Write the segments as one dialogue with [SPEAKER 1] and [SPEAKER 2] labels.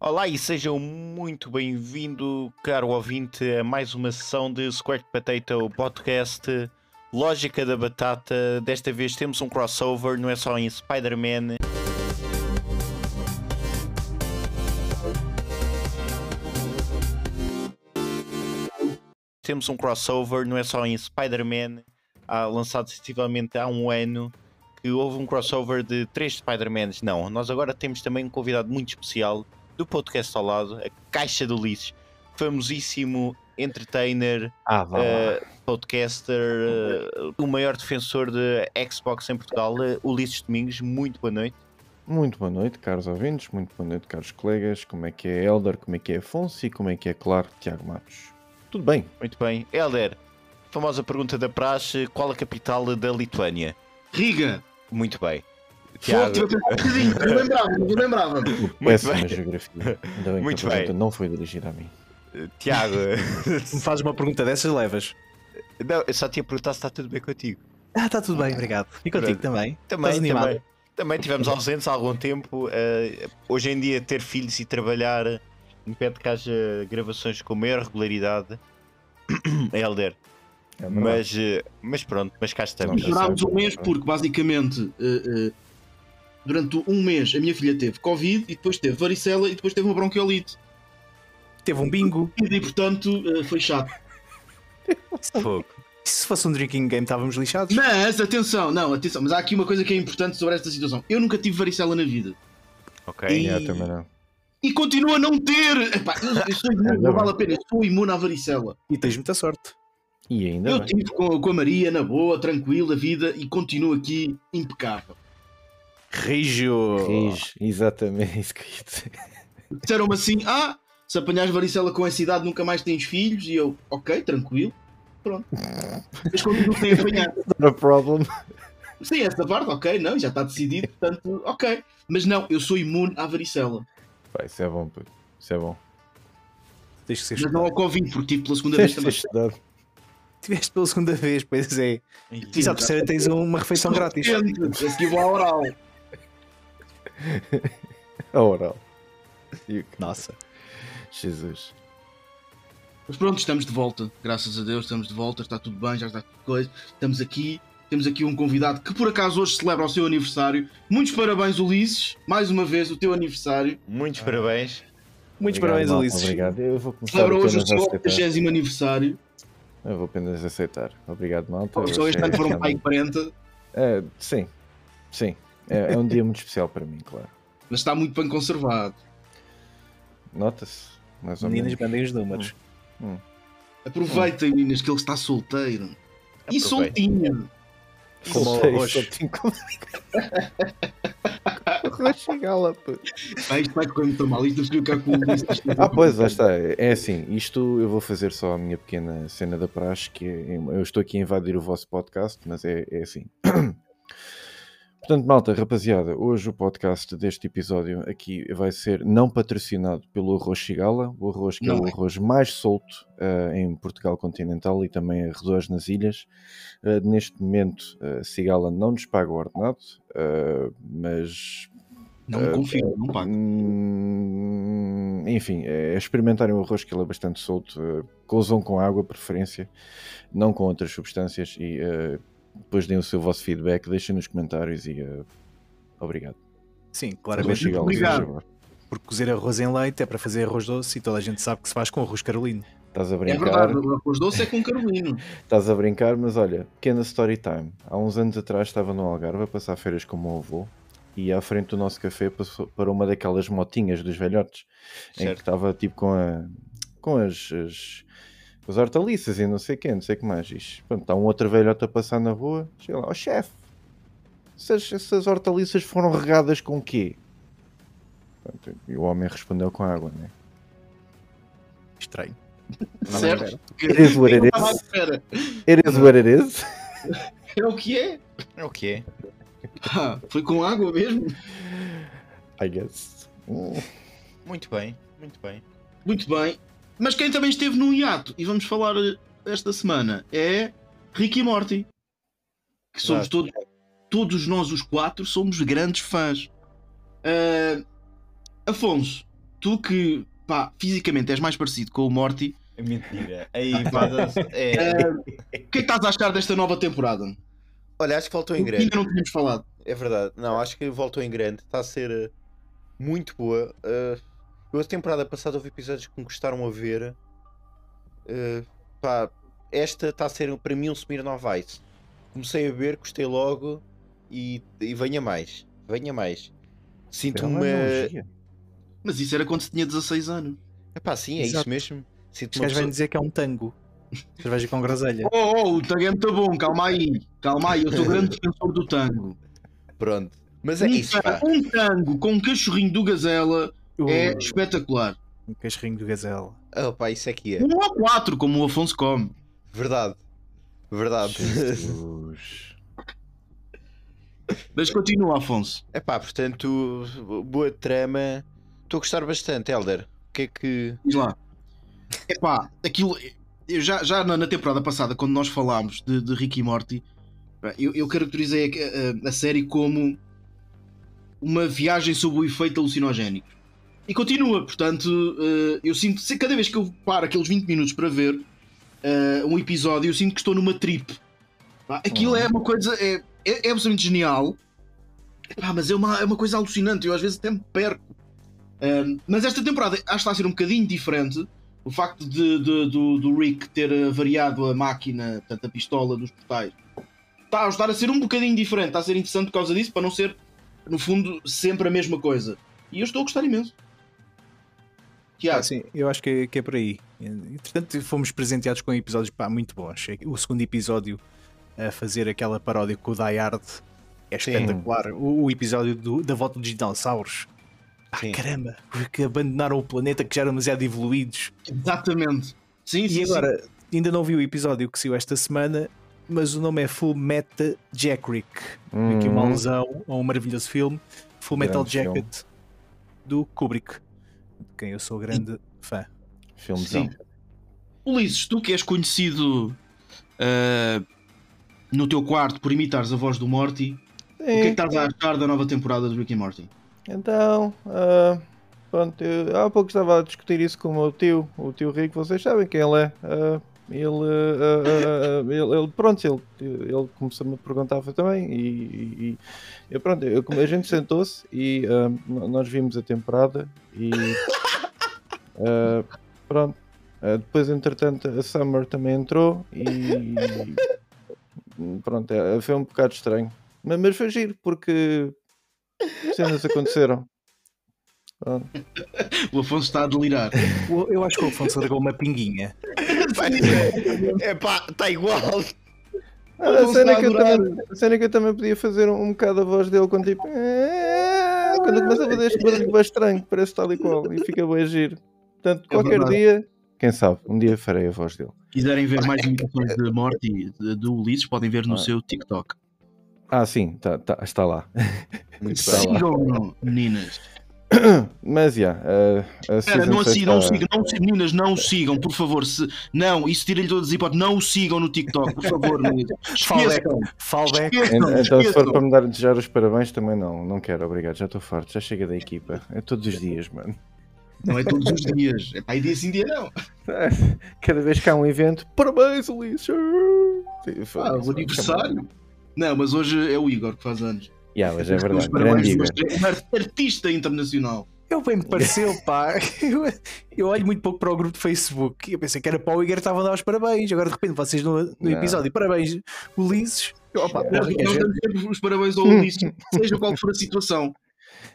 [SPEAKER 1] Olá e sejam muito bem-vindo, caro ouvinte, a mais uma sessão de Squared Potato Podcast Lógica da Batata. Desta vez temos um crossover, não é só em Spider-Man. Temos um crossover, não é só em Spider-Man, ah, lançado sensivelmente há um ano, que houve um crossover de três Spider-Mans. Não, nós agora temos também um convidado muito especial do podcast ao lado, a Caixa do Ulisses, famosíssimo entertainer,
[SPEAKER 2] Ah, vá lá.
[SPEAKER 1] eh, podcaster, eh, o maior defensor de Xbox em Portugal, eh, Ulisses Domingos. Muito boa noite.
[SPEAKER 2] Muito boa noite, caros ouvintes, muito boa noite, caros colegas. Como é que é Elder, como é que é Afonso e como é que é, claro, Tiago Matos? Tudo bem,
[SPEAKER 1] Muito bem. Helder, famosa pergunta da Praxe: qual a capital da Lituânia?
[SPEAKER 3] Riga!
[SPEAKER 1] Muito bem. Tiago.
[SPEAKER 3] Foda-se, eu tenho um bocadinho, eu lembrava-me, eu lembrava-me.
[SPEAKER 2] péssima
[SPEAKER 1] bem.
[SPEAKER 2] geografia. Ainda bem
[SPEAKER 1] Muito
[SPEAKER 2] que a
[SPEAKER 1] bem.
[SPEAKER 2] pergunta não foi dirigida a mim.
[SPEAKER 1] Tiago,
[SPEAKER 4] Se me fazes uma pergunta dessas, levas.
[SPEAKER 1] não, eu só tinha perguntar se está tudo bem contigo.
[SPEAKER 4] Ah,
[SPEAKER 2] tá
[SPEAKER 4] está tudo bem, obrigado. E contigo
[SPEAKER 1] Pronto.
[SPEAKER 4] também.
[SPEAKER 1] Também,
[SPEAKER 4] Estás animado?
[SPEAKER 1] também, também tivemos ausentes há algum tempo. eh, hoje em dia, ter filhos e trabalhar eh, impede que haja gravações com maior regularidade. Helder,
[SPEAKER 2] É verdade.
[SPEAKER 1] mas, eh, mas pronto, mas cá estamos.
[SPEAKER 2] Não, não.
[SPEAKER 3] Durámos um mês porque, basicamente, eh, eh, durante um mês a minha filha teve Covid e depois teve varicela e depois teve uma bronquiolite.
[SPEAKER 4] Teve um bingo.
[SPEAKER 3] E, portanto, eh, foi chato.
[SPEAKER 1] Fogo.
[SPEAKER 4] E se fosse um drinking game, estávamos lixados.
[SPEAKER 3] Mas, atenção, não, atenção, mas há aqui uma coisa que é importante sobre esta situação. Eu nunca tive varicela na vida.
[SPEAKER 1] Ok.
[SPEAKER 3] E-
[SPEAKER 2] É, também não.
[SPEAKER 3] E continuo a não ter! Epá, eu, eu sou imune, não vale a pena, eu sou imune à varicela.
[SPEAKER 4] E tens muita sorte.
[SPEAKER 2] E ainda
[SPEAKER 3] Eu
[SPEAKER 2] bem.
[SPEAKER 3] tive com, com a Maria, na boa, tranquila, vida, e continuo aqui impecável.
[SPEAKER 4] Rijo.
[SPEAKER 2] Rijo, exatamente isso que eu ia dizer.
[SPEAKER 3] disseram-me assim: Ah, se apanhares varicela com essa idade nunca mais tens filhos. E eu, ok, tranquilo, pronto. Mas continuo sem apanhar.
[SPEAKER 2] Not a problem.
[SPEAKER 3] Sim, essa parte, ok, não, já está decidido, portanto, ok. Mas não, eu sou imune à varicela.
[SPEAKER 2] Pá, isso é bom, puto. Isso é bom.
[SPEAKER 4] Tens que ser
[SPEAKER 3] Mas não ao Covid, porque tive pela segunda
[SPEAKER 2] Tens
[SPEAKER 3] vez
[SPEAKER 2] de
[SPEAKER 3] também.
[SPEAKER 2] estudado.
[SPEAKER 4] Tiveste pela segunda vez, pois é.
[SPEAKER 3] Sim,
[SPEAKER 4] E à terceira tens uma refeição grátis.
[SPEAKER 3] Gente, A seguir vou à oral.
[SPEAKER 2] A oral. E-
[SPEAKER 4] Nossa.
[SPEAKER 2] Jesus.
[SPEAKER 3] Mas pronto, estamos de volta. Graças a Deus, estamos de volta, está tudo bem, já está tudo coisa. Estamos aqui, temos aqui um convidado que por acaso hoje celebra o seu aniversário. Muitos parabéns, Ulisses, mais uma vez, o teu aniversário.
[SPEAKER 1] Muitos parabéns.
[SPEAKER 4] Muitos
[SPEAKER 2] Obrigado,
[SPEAKER 4] parabéns,
[SPEAKER 2] malta,
[SPEAKER 4] Ulisses.
[SPEAKER 2] Obrigado. Eu vou começar
[SPEAKER 3] Celebra hoje o
[SPEAKER 2] apenas a
[SPEAKER 3] seu
[SPEAKER 2] aceitar.
[SPEAKER 3] 80 aniversário.
[SPEAKER 2] Eu vou apenas aceitar. Obrigado, malta.
[SPEAKER 3] As
[SPEAKER 2] Vocês
[SPEAKER 3] pessoas estão por um
[SPEAKER 2] realmente-
[SPEAKER 3] pai 40,
[SPEAKER 2] É, sim, sim. É, é um dia muito especial para mim, claro.
[SPEAKER 3] mas está muito bem conservado.
[SPEAKER 2] Nota-se, mais ou
[SPEAKER 4] Meninas,
[SPEAKER 2] menos.
[SPEAKER 4] mandem os números.
[SPEAKER 3] Aproveitem,
[SPEAKER 2] Hum.
[SPEAKER 3] meninas, que ele está solteiro. E
[SPEAKER 1] Aproveitem.
[SPEAKER 3] soltinho.
[SPEAKER 4] como o
[SPEAKER 2] Soltei,
[SPEAKER 4] arroz.
[SPEAKER 2] soltinho como- Arroz e gala, pô.
[SPEAKER 3] Ah, isto vai correr muito mal. Isto não fica com o Ulisses.
[SPEAKER 2] Ah, pois, lá está. É assim, isto eu vou fazer só a minha pequena cena da praxe, que é- eu estou aqui a invadir o vosso podcast, mas é, é assim. Portanto, malta, rapaziada, hoje o podcast deste episódio aqui vai ser não patrocinado pelo arroz Chigala, o arroz que é
[SPEAKER 3] Não
[SPEAKER 2] o
[SPEAKER 3] é.
[SPEAKER 2] arroz mais solto ah, em Portugal continental e também arredores nas ilhas. Ah, neste momento, ah, Cigala não nos paga o ordenado, ah, mas eh,
[SPEAKER 3] Não confio, não É pago.
[SPEAKER 2] Hum, enfim, é, experimentarem o arroz que ele é bastante solto, eh, cozam com água, preferência, não com outras substâncias e eh, depois deem o seu vosso feedback, deixem nos comentários e eh, obrigado.
[SPEAKER 4] Sim,
[SPEAKER 2] Arroz
[SPEAKER 4] claramente.
[SPEAKER 2] Chigala,
[SPEAKER 3] obrigado.
[SPEAKER 2] seja bom.
[SPEAKER 4] Porque cozer arroz em leite é para fazer arroz doce e toda a gente sabe que se faz com arroz carolino.
[SPEAKER 2] Estás a
[SPEAKER 3] É
[SPEAKER 2] brincar,
[SPEAKER 3] verdade, o arroz doce é com carolino.
[SPEAKER 2] estás a brincar, mas olha, pequena story time. Há uns anos atrás estava no Algarve a passar férias com o meu avô e à frente do nosso café passou para uma daquelas motinhas dos velhotes. em que
[SPEAKER 1] Certo.
[SPEAKER 2] estava tipo com, a- com as, as, com as hortaliças e não sei quem, não sei o que mais. Diz, pronto, está um outro velhote a passar na rua, chega lá, ó chefe, essas, essas hortaliças foram regadas com quê? Pronto, e o homem respondeu com água, né?
[SPEAKER 4] Estranho.
[SPEAKER 3] Certo?
[SPEAKER 2] It is what it
[SPEAKER 3] Eu estava à
[SPEAKER 2] is.
[SPEAKER 3] espera.
[SPEAKER 2] It is what it is.
[SPEAKER 3] É o que é?
[SPEAKER 1] É o que é?
[SPEAKER 3] Ah, foi com água mesmo?
[SPEAKER 2] I guess. Hum,
[SPEAKER 1] Muito bem, muito bem.
[SPEAKER 3] Muito bem. Mas quem também esteve num hiato, e vamos falar eh, esta semana, é Ricky e Morty. Que somos todos, todos nós os quatro, somos grandes fãs. Ah, Eh, Afonso, tu que, pá, fisicamente és mais parecido com o Morty,
[SPEAKER 1] É mentira. Aí, faz- é.
[SPEAKER 3] o que é que estás a achar desta nova temporada?
[SPEAKER 1] Olha, acho que voltou em
[SPEAKER 3] Ainda
[SPEAKER 1] grande.
[SPEAKER 3] não tínhamos falado.
[SPEAKER 1] É verdade. Não, acho que voltou em grande. Está a ser eh, muito boa. Eh, eu a temporada passada houve episódios que me gostaram a ver. Eh, pá, esta está a ser para mim um Smirnov Ice. Comecei a ver, gostei logo e, e venha mais. Venha mais.
[SPEAKER 2] Era
[SPEAKER 1] Sinto-me.
[SPEAKER 2] uma analogia.
[SPEAKER 3] Mas isso era quando se tinha 16 anos.
[SPEAKER 1] Epá, sim, é isso
[SPEAKER 4] Exato.
[SPEAKER 1] mesmo. Sinto
[SPEAKER 4] Os
[SPEAKER 1] uma
[SPEAKER 4] gajos vêm
[SPEAKER 1] pessoa...
[SPEAKER 4] dizer que é um tango. Cerveja com groselha.
[SPEAKER 3] Oh, oh, o tango é muito bom, calma aí. Calma aí, eu sou grande defensor do tango.
[SPEAKER 1] Pronto. Mas é
[SPEAKER 3] um,
[SPEAKER 1] isso, pá.
[SPEAKER 3] tango, um tango com um cachorrinho do Gazela é
[SPEAKER 4] Uh,
[SPEAKER 3] espetacular.
[SPEAKER 4] Um cachorrinho de gazela.
[SPEAKER 1] Oh, pá, isso é que é.
[SPEAKER 3] Um a quatro, como o Afonso come.
[SPEAKER 1] Verdade. Verdade.
[SPEAKER 2] Jesus.
[SPEAKER 3] Mas continua, Afonso.
[SPEAKER 1] Epá, portanto, boa trama. Estou a gostar bastante, Elder. O que é que.
[SPEAKER 3] Diz lá. Epá, aquilo. Eu já já na, na temporada passada, quando nós falámos de, de Rick e Morty, pá, eu, eu caracterizei a, a- a série como uma viagem sob o efeito alucinogénico. E continua, portanto, eh, eu sinto. se- Cada vez que eu paro aqueles 20 minutos para ver eh, um episódio, eu sinto que estou numa trip. Pá, Aquilo é uma coisa. É, é, é absolutamente genial. Epá, mas é uma, é uma coisa alucinante. Eu às vezes até me perco. Um, mas esta temporada acho que está a ser um bocadinho diferente. O facto de, de- do, do Rick ter eh, variado a máquina, portanto, a pistola dos portais, está a ajudar a ser um bocadinho diferente. Está a ser interessante por causa disso, para não ser, no fundo, sempre a mesma coisa. E eu estou a gostar imenso. Tiago,
[SPEAKER 4] Ah, sim, eu acho que é, que é por aí. Entretanto, fomos presenteados com episódios pá, muito bons. É O segundo episódio a fazer aquela paródia com o Die Hard é
[SPEAKER 1] Sim.
[SPEAKER 4] espetacular. O, o episódio do- da volta dos dinossauros. Ah,
[SPEAKER 1] Sim.
[SPEAKER 4] caramba, que abandonaram o planeta que já eram demasiado evoluídos.
[SPEAKER 3] exatamente. Sim, sim,
[SPEAKER 4] E
[SPEAKER 3] sim.
[SPEAKER 4] agora, ainda não vi o episódio que saiu esta semana, mas o nome é Full Metal Jackrick. Aqui uma
[SPEAKER 2] Hum.
[SPEAKER 4] alusão a um maravilhoso filme, Full
[SPEAKER 2] Grande
[SPEAKER 4] Metal Jacket, do Kubrick, de quem eu sou grande fã.
[SPEAKER 2] Filmezão.
[SPEAKER 3] Sim. Ulisses, tu que és conhecido eh, no teu quarto por imitares a voz do Morty, o que é que estás a achar da nova temporada do Rick e Morty?
[SPEAKER 2] Então, ah, pronto, eu há pouco estava a discutir isso com o meu tio, o tio Rico, vocês sabem quem ele é. ah, ele, ah, ah, ah, ele, ele- pronto, ele, ele começou-me a perguntar também e, e- e- eu, pronto, eu- a gente sentou-se e ah, no- nós vimos a temporada e ah, pronto. Ah, depois, entretanto, a Summer também entrou e pronto, é, foi um bocado estranho. Mas, mas foi giro porque cenas aconteceram. Pronto.
[SPEAKER 3] O Afonso está a delirar.
[SPEAKER 4] Eu- Eu acho que o Afonso largou uma pinguinha.
[SPEAKER 1] É pá,
[SPEAKER 4] tá
[SPEAKER 1] está igual.
[SPEAKER 2] Ah, a, cena que eu também, a cena que eu também podia fazer um, um bocado a voz dele quando tipo. "Eh", Quando começa a fazer este barulho bem estranho, parece tal e qual, e fica bem giro. Portanto,
[SPEAKER 3] É
[SPEAKER 2] qualquer
[SPEAKER 3] verdade.
[SPEAKER 2] dia, quem sabe, um dia farei a voz dele.
[SPEAKER 3] Quiserem ver mais imitações de Morty de- do Ulisses, podem ver no
[SPEAKER 2] Ah.
[SPEAKER 3] seu TikTok.
[SPEAKER 2] Ah, sim, tá- tá- está lá.
[SPEAKER 1] Muito bem.
[SPEAKER 3] Sigam-no, meninas.
[SPEAKER 2] Mas já. a- a
[SPEAKER 3] Cara,
[SPEAKER 2] season
[SPEAKER 3] não,
[SPEAKER 2] seis
[SPEAKER 3] assim, não o
[SPEAKER 2] tá-
[SPEAKER 3] sigam, não, o sigam, meninas, não o sigam, por favor. Se, não, isso tira-lhe todas as hipóteses. Não o sigam no TikTok, por favor, meninas.
[SPEAKER 4] Fallback,
[SPEAKER 3] Esqueçam,
[SPEAKER 4] fallback.
[SPEAKER 3] esqueçam,
[SPEAKER 2] Então, se for para
[SPEAKER 3] esqueçam.
[SPEAKER 2] me dar desejar os parabéns, também não, não quero, obrigado, já estou forte, já chega da equipa. É todos os dias, mano.
[SPEAKER 3] Não é todos os dias. É para dia sim, dia não.
[SPEAKER 2] Cada vez que há um evento, parabéns, Ulisses! Sim, foi-
[SPEAKER 3] Ah, o aniversário. Não, mas hoje é o Igor que faz anos.
[SPEAKER 2] Yeah, mas é
[SPEAKER 3] Mas
[SPEAKER 2] verdade,
[SPEAKER 3] parabéns,
[SPEAKER 2] grande Igor.
[SPEAKER 3] mas é um artista internacional.
[SPEAKER 4] Eu bem me pareceu, pá. Eu, eu olho muito pouco para o grupo de Facebook. Eu pensei que era para o Igor, estavam a dar os parabéns. Agora, de repente, vocês no, no
[SPEAKER 2] Não.
[SPEAKER 4] episódio, parabéns, Ulisses. Eu, Opa,
[SPEAKER 3] Nós
[SPEAKER 4] que é
[SPEAKER 3] nós
[SPEAKER 4] gente.
[SPEAKER 3] damos sempre os parabéns ao Ulisses, seja qual for a situação.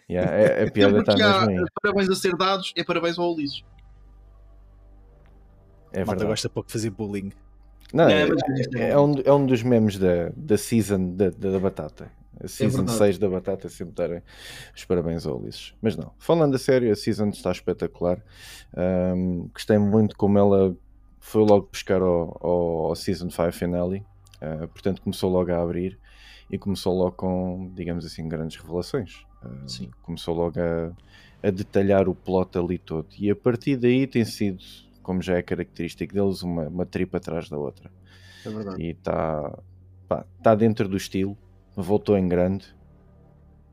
[SPEAKER 2] Yeah, é- a piada está
[SPEAKER 3] Sempre que há
[SPEAKER 2] mesmo aí.
[SPEAKER 3] parabéns a ser dados, é parabéns ao Ulisses.
[SPEAKER 2] É
[SPEAKER 4] Malta
[SPEAKER 2] verdade.
[SPEAKER 4] gosta pouco de fazer bullying.
[SPEAKER 2] Não, é,
[SPEAKER 3] É, mas-
[SPEAKER 2] é um, é um dos memes da, da season da, da, da batata. A season
[SPEAKER 3] É verdade.
[SPEAKER 2] 6 da batata é sempre darem os parabéns ao Ulisses. Mas não, falando a sério, a season está espetacular. Ahm, gostei muito como ela foi logo buscar ao, ao- ao season 5 finale. Ah, portanto, começou logo a abrir e começou logo com, digamos assim, grandes revelações. Ah,
[SPEAKER 3] Sim.
[SPEAKER 2] Começou logo a, a detalhar o plot ali todo. E a partir daí tem sido, como já é característico deles, uma, uma tripa atrás da outra
[SPEAKER 3] É
[SPEAKER 2] tá
[SPEAKER 3] verdade.
[SPEAKER 2] e está tá dentro do estilo, voltou em grande,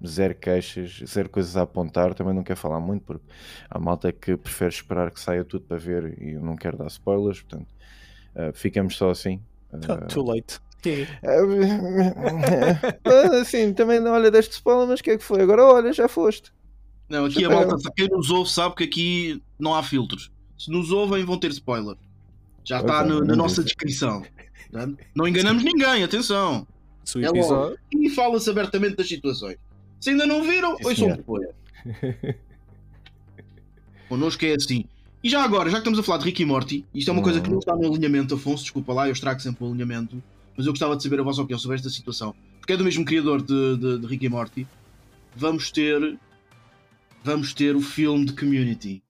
[SPEAKER 2] zero queixas, zero coisas a apontar. Também não quero falar muito porque há malta que prefere esperar que saia tudo para ver e eu não quero dar spoilers, portanto, ah, ficamos só assim.
[SPEAKER 4] Oh, too late.
[SPEAKER 2] Ah, assim, também, olha, deste spoiler, mas o que é que foi? Agora, olha, já foste.
[SPEAKER 3] Não, aqui a
[SPEAKER 2] É.
[SPEAKER 3] malta, quem nos ouve sabe que aqui não há filtros. Se nos ouvem, vão ter spoiler. Já
[SPEAKER 2] Pois
[SPEAKER 3] está
[SPEAKER 2] é,
[SPEAKER 3] no- na
[SPEAKER 2] não
[SPEAKER 3] nossa
[SPEAKER 2] diz.
[SPEAKER 3] descrição. tá? Não enganamos ninguém, atenção.
[SPEAKER 4] Se o
[SPEAKER 3] É
[SPEAKER 4] episódio-
[SPEAKER 3] logo. E fala-se abertamente das situações. Se ainda não viram,
[SPEAKER 2] Sim,
[SPEAKER 3] ouçam
[SPEAKER 2] senhor.
[SPEAKER 3] depois. Connosco é assim. E já agora, já que estamos a falar de Rick e Morty, isto é uma coisa que não está no alinhamento, Afonso, desculpa lá, eu estrago sempre o alinhamento, mas eu gostava de saber a vossa opinião sobre esta situação. Porque é do mesmo criador de, de, de Rick e Morty. Vamos ter. Vamos ter o filme de Community.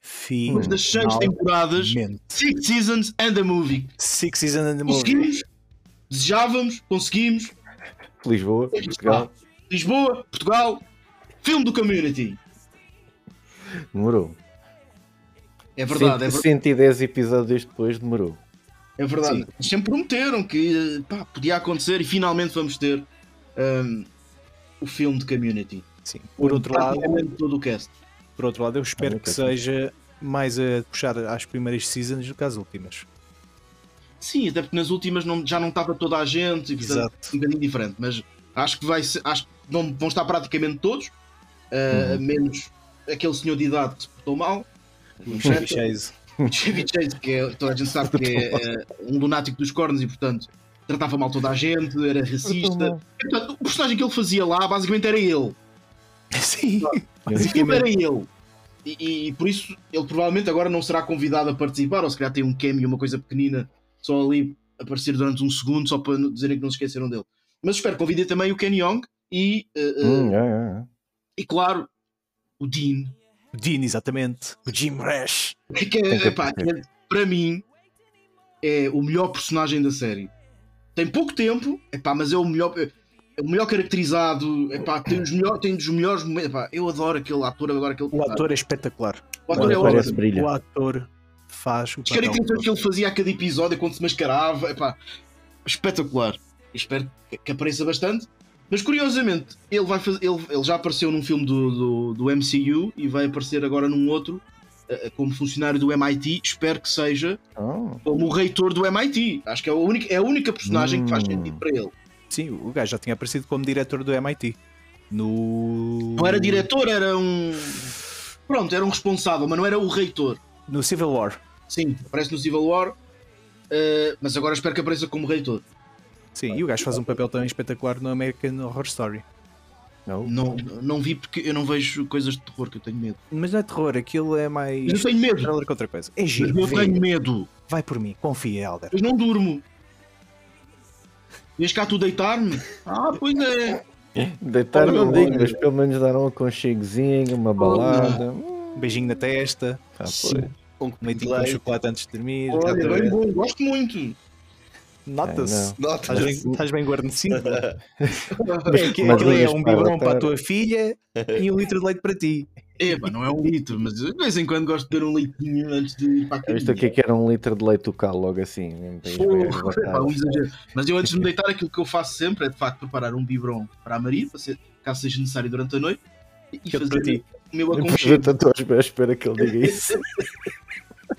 [SPEAKER 4] Fim.
[SPEAKER 3] Depois das seis temporadas,
[SPEAKER 4] Finalmente.
[SPEAKER 3] six seasons and a movie.
[SPEAKER 4] Six Seasons and the Movie.
[SPEAKER 3] Conseguimos, desejávamos, conseguimos.
[SPEAKER 2] Lisboa,
[SPEAKER 3] Aí está.
[SPEAKER 2] Portugal,
[SPEAKER 3] Lisboa, Portugal, filme do Community.
[SPEAKER 2] demorou.
[SPEAKER 3] É verdade, é, ver-
[SPEAKER 2] 110 episódios depois demorou.
[SPEAKER 3] é verdade. Eles sempre prometeram que eh, pá, podia acontecer e finalmente vamos ter ahm, o filme de Community.
[SPEAKER 4] Sim. Por outro
[SPEAKER 3] Tá.
[SPEAKER 4] lado,
[SPEAKER 3] Praticamente todo o cast.
[SPEAKER 4] por outro lado, eu espero
[SPEAKER 2] Ah,
[SPEAKER 4] que
[SPEAKER 2] ok.
[SPEAKER 4] seja mais a puxar às primeiras seasons do que às últimas.
[SPEAKER 3] Sim, até porque nas últimas não- já não estava toda a gente e portanto um bocadinho diferente, mas acho que vai ser, acho que vão, vão estar praticamente todos, ah,
[SPEAKER 4] Uhum.
[SPEAKER 3] menos aquele senhor de idade que se portou mal.
[SPEAKER 4] O Chevy Chase.
[SPEAKER 3] O Chevy Chase, que é, toda a gente sabe que é eh, um lunático dos cornos e, portanto, tratava mal toda a gente, era racista. E, portanto, o personagem que ele fazia lá, basicamente, era ele.
[SPEAKER 4] Sim.
[SPEAKER 3] O filme era ele. E, e- e por isso, ele provavelmente agora não será convidado a participar, ou se calhar tem um cameo, uma coisa pequenina, só ali aparecer durante um segundo, só para não- dizerem que não se esqueceram dele. Mas espero que convide também o Ken Young e, eh, eh,
[SPEAKER 2] Hum, é, é, é.
[SPEAKER 3] e claro, o Dean.
[SPEAKER 4] O Dean, exatamente. O Jim Rash.
[SPEAKER 3] Que
[SPEAKER 2] Tem que
[SPEAKER 3] é, epá, que é, para mim, é o melhor personagem da série. Tem pouco tempo, epá, mas é o melhor, é o melhor caracterizado, epá, tem, os melhor, tem dos melhores momentos. epá, eu adoro aquele ator, adoro aquele
[SPEAKER 4] O ator é espetacular.
[SPEAKER 3] o ator é
[SPEAKER 2] Olha, parece
[SPEAKER 3] ótimo.
[SPEAKER 2] brilha.
[SPEAKER 4] O ator faz o
[SPEAKER 3] As
[SPEAKER 4] papel.
[SPEAKER 3] características que ele fazia a cada episódio quando se mascarava, epá, espetacular. Espero que- que apareça bastante. Mas curiosamente, ele, vai fazer, ele, ele já apareceu num filme do, do, do MCU e vai aparecer agora num outro, eh, como funcionário do MIT. Espero que seja
[SPEAKER 2] Ah,
[SPEAKER 3] como o reitor do MIT. Acho que é a única, é a única personagem que faz
[SPEAKER 2] Hum.
[SPEAKER 3] sentido para ele.
[SPEAKER 4] Sim, o gajo já tinha aparecido como diretor do MIT. No.
[SPEAKER 3] Não era diretor, era um. Pronto, era um responsável, mas não era o reitor.
[SPEAKER 4] No Civil War.
[SPEAKER 3] Sim, aparece no Civil War, eh, mas agora espero que apareça como reitor.
[SPEAKER 4] Sim, e o gajo
[SPEAKER 3] Ah,
[SPEAKER 4] faz um papel também espetacular no American Horror Story.
[SPEAKER 2] não.
[SPEAKER 3] Não, não vi porque eu não vejo coisas de terror que eu tenho medo.
[SPEAKER 4] Mas não é terror, aquilo é mais.
[SPEAKER 3] Mas eu tenho medo.
[SPEAKER 4] trailer que outra coisa. É
[SPEAKER 3] Mas
[SPEAKER 4] giro.
[SPEAKER 3] eu
[SPEAKER 4] vê.
[SPEAKER 3] tenho medo.
[SPEAKER 4] Vai por mim, confia, Helder.
[SPEAKER 3] Mas não durmo. Vias cá tu deitar-me? Ah, pois é.
[SPEAKER 2] Deitar
[SPEAKER 3] Olha,
[SPEAKER 2] não digo,
[SPEAKER 3] olha.
[SPEAKER 2] mas pelo menos dar um aconchegozinho, uma balada. Hum,
[SPEAKER 4] Um beijinho na testa,
[SPEAKER 2] ah, pois.
[SPEAKER 4] Sim.
[SPEAKER 1] Com
[SPEAKER 4] um leitinho com chocolate antes de dormir. tá
[SPEAKER 3] Olha,
[SPEAKER 4] Estás
[SPEAKER 3] bem bom, gosto muito.
[SPEAKER 4] Nota-se.
[SPEAKER 2] Ai,
[SPEAKER 4] Estás bem, estás bem guarnecido. É, que,
[SPEAKER 2] mas
[SPEAKER 4] aquilo é
[SPEAKER 2] ligas
[SPEAKER 4] um
[SPEAKER 2] para
[SPEAKER 4] biberon
[SPEAKER 2] adotar.
[SPEAKER 4] para a tua filha e um litro de leite para ti.
[SPEAKER 3] Epá, não é um litro, mas de vez em quando gosto de ter um leitinho antes de ir para a
[SPEAKER 2] Eu Isto
[SPEAKER 3] caminha.
[SPEAKER 2] aqui é que era um litro de leite do cal, logo assim. mesmo para ir bem
[SPEAKER 3] Porra, pá, um
[SPEAKER 2] arrebatado.
[SPEAKER 3] exagero. Mas eu antes de me deitar, aquilo que eu faço sempre é de facto preparar um biberon para a Maria, para ser- caso seja necessário durante a noite, e
[SPEAKER 4] Que é para
[SPEAKER 3] fazer
[SPEAKER 4] ti.
[SPEAKER 3] o meu aconchego.
[SPEAKER 2] Portanto, estou à espera- à espera que ele diga isso.
[SPEAKER 3] É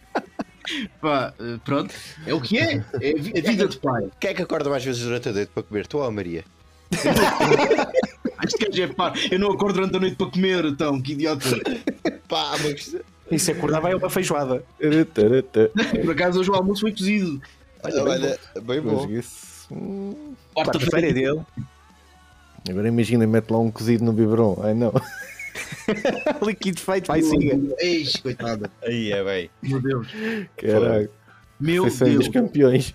[SPEAKER 3] Pá, eh, pronto, é o que é, é a vi- a vida de pai.
[SPEAKER 1] Quem é que acorda mais vezes durante a noite para comer? Tu ou a Maria?
[SPEAKER 3] Acho que é pá, eu não acordo durante a noite para comer, então, que idiota.
[SPEAKER 1] Pá, mas.
[SPEAKER 4] E se é acordar, vai uma feijoada.
[SPEAKER 3] Tá,
[SPEAKER 2] Taratata.
[SPEAKER 3] Por acaso hoje o almoço foi cozido.
[SPEAKER 1] Olha, olha, bem bom.
[SPEAKER 2] Mas isso, hum.
[SPEAKER 4] Quarta-feira é dele.
[SPEAKER 2] Agora imagina, mete lá um cozido no biberon. Ai não.
[SPEAKER 4] Líquido Tá feito, vai siga.
[SPEAKER 3] Eis, coitada,
[SPEAKER 1] Aí é bem.
[SPEAKER 3] meu Deus.
[SPEAKER 2] Caraca,
[SPEAKER 3] Meu
[SPEAKER 2] foi sangue dos
[SPEAKER 3] Deus,
[SPEAKER 2] campeões.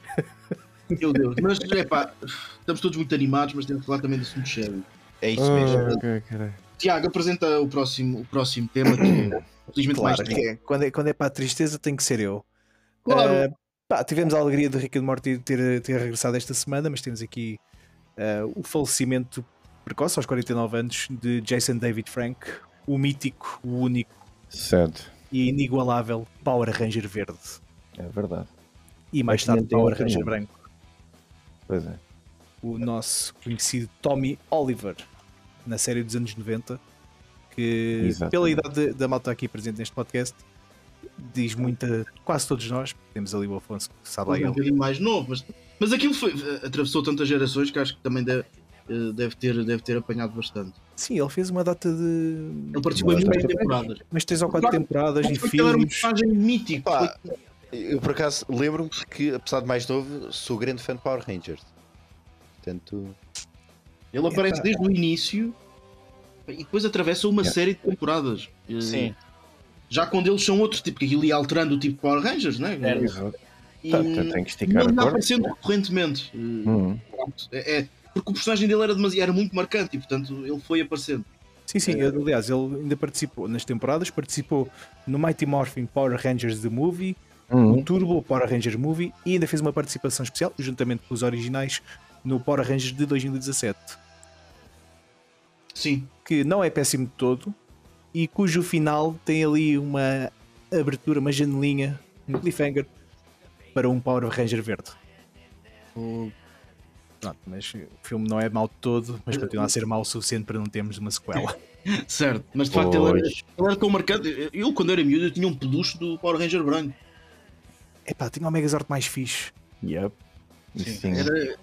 [SPEAKER 3] meu Deus. Mas é pá, estamos todos muito animados, mas temos que falar também do assunto sério.
[SPEAKER 1] É isso mesmo.
[SPEAKER 2] Ah, ok, caralho.
[SPEAKER 3] Tiago, apresenta o próximo, o próximo tema que felizmente
[SPEAKER 4] Claro,
[SPEAKER 3] mais né?
[SPEAKER 4] que
[SPEAKER 3] tem.
[SPEAKER 4] é- quando, é, quando é para a tristeza, tem que ser eu.
[SPEAKER 3] Claro.
[SPEAKER 4] Ah, pá, tivemos a alegria de Rick and Morty ter, ter regressado esta semana, mas temos aqui ah, o falecimento precoce, aos 49 anos, de Jason David Frank, o mítico, o único
[SPEAKER 2] Certo,
[SPEAKER 4] e inigualável Power Ranger verde.
[SPEAKER 2] é verdade.
[SPEAKER 4] E mais
[SPEAKER 2] Mas
[SPEAKER 4] tarde,
[SPEAKER 2] não tem
[SPEAKER 4] Power
[SPEAKER 2] outra
[SPEAKER 4] Ranger
[SPEAKER 2] não.
[SPEAKER 4] branco.
[SPEAKER 2] Pois é.
[SPEAKER 4] O nosso conhecido Tommy Oliver. na série dos anos 90, que
[SPEAKER 2] Exatamente.
[SPEAKER 4] pela idade de- da malta aqui presente neste podcast, diz muito a quase todos nós. Temos ali o Afonso que sabe lá
[SPEAKER 3] um
[SPEAKER 4] ele.
[SPEAKER 3] bocadinho mais novo, mas, mas aquilo foi, eh, atravessou tantas gerações que acho que também deve, eh, deve ter, deve ter apanhado bastante.
[SPEAKER 4] Sim, ele fez uma data de
[SPEAKER 3] Ele participou em
[SPEAKER 2] Bastante.
[SPEAKER 3] muitas temporadas.
[SPEAKER 4] umas 3 ou 4
[SPEAKER 3] Claro.
[SPEAKER 4] temporadas e
[SPEAKER 3] Acho que ele era um
[SPEAKER 4] filmes.
[SPEAKER 3] personagem mítico.
[SPEAKER 1] Pá, eu por acaso lembro-me que, apesar de mais novo, sou grande fã de Power Rangers. Portanto,
[SPEAKER 3] Ele aparece
[SPEAKER 4] Epá.
[SPEAKER 3] desde o início e depois atravessa uma
[SPEAKER 2] Yeah.
[SPEAKER 3] série de temporadas. Eh,
[SPEAKER 1] Sim.
[SPEAKER 3] Já quando eles são outro tipo, que aquilo ia alterando o tipo de Power Rangers, né?
[SPEAKER 1] Era.
[SPEAKER 2] Exato.
[SPEAKER 3] E
[SPEAKER 4] Tá,
[SPEAKER 2] Portanto, tem que esticar
[SPEAKER 3] ele
[SPEAKER 2] a
[SPEAKER 3] ia
[SPEAKER 2] corda.
[SPEAKER 3] aparecendo recorrentemente. Eh,
[SPEAKER 2] Hum.
[SPEAKER 3] pronto. É, é- porque o personagem dele era, demasiado, era muito marcante e, portanto, ele foi aparecendo.
[SPEAKER 4] Sim, sim, ele- aliás, ele ainda participou nas temporadas, participou no Mighty Morphin Power Rangers The Movie, no
[SPEAKER 2] Hum.
[SPEAKER 4] Turbo Power Rangers Movie e ainda fez uma participação especial, juntamente com os originais, no Power Rangers de 2017,
[SPEAKER 3] Sim.
[SPEAKER 4] que não é péssimo de todo e cujo final tem ali uma abertura, uma janelinha, um cliffhanger para um Power Ranger verde.
[SPEAKER 3] O-
[SPEAKER 4] Pronto, mas o filme não é mau de todo, mas continua a ser mau o suficiente para não termos uma sequela.
[SPEAKER 3] Certo. Mas, de facto, ele era,
[SPEAKER 2] Pois.
[SPEAKER 3] ele era tão marcante. Eu, quando era miúdo, eu tinha um peluche do Power Ranger branco.
[SPEAKER 4] Epá, tinha o Megazord mais fixe.
[SPEAKER 2] Yep. E Sim.
[SPEAKER 3] Era...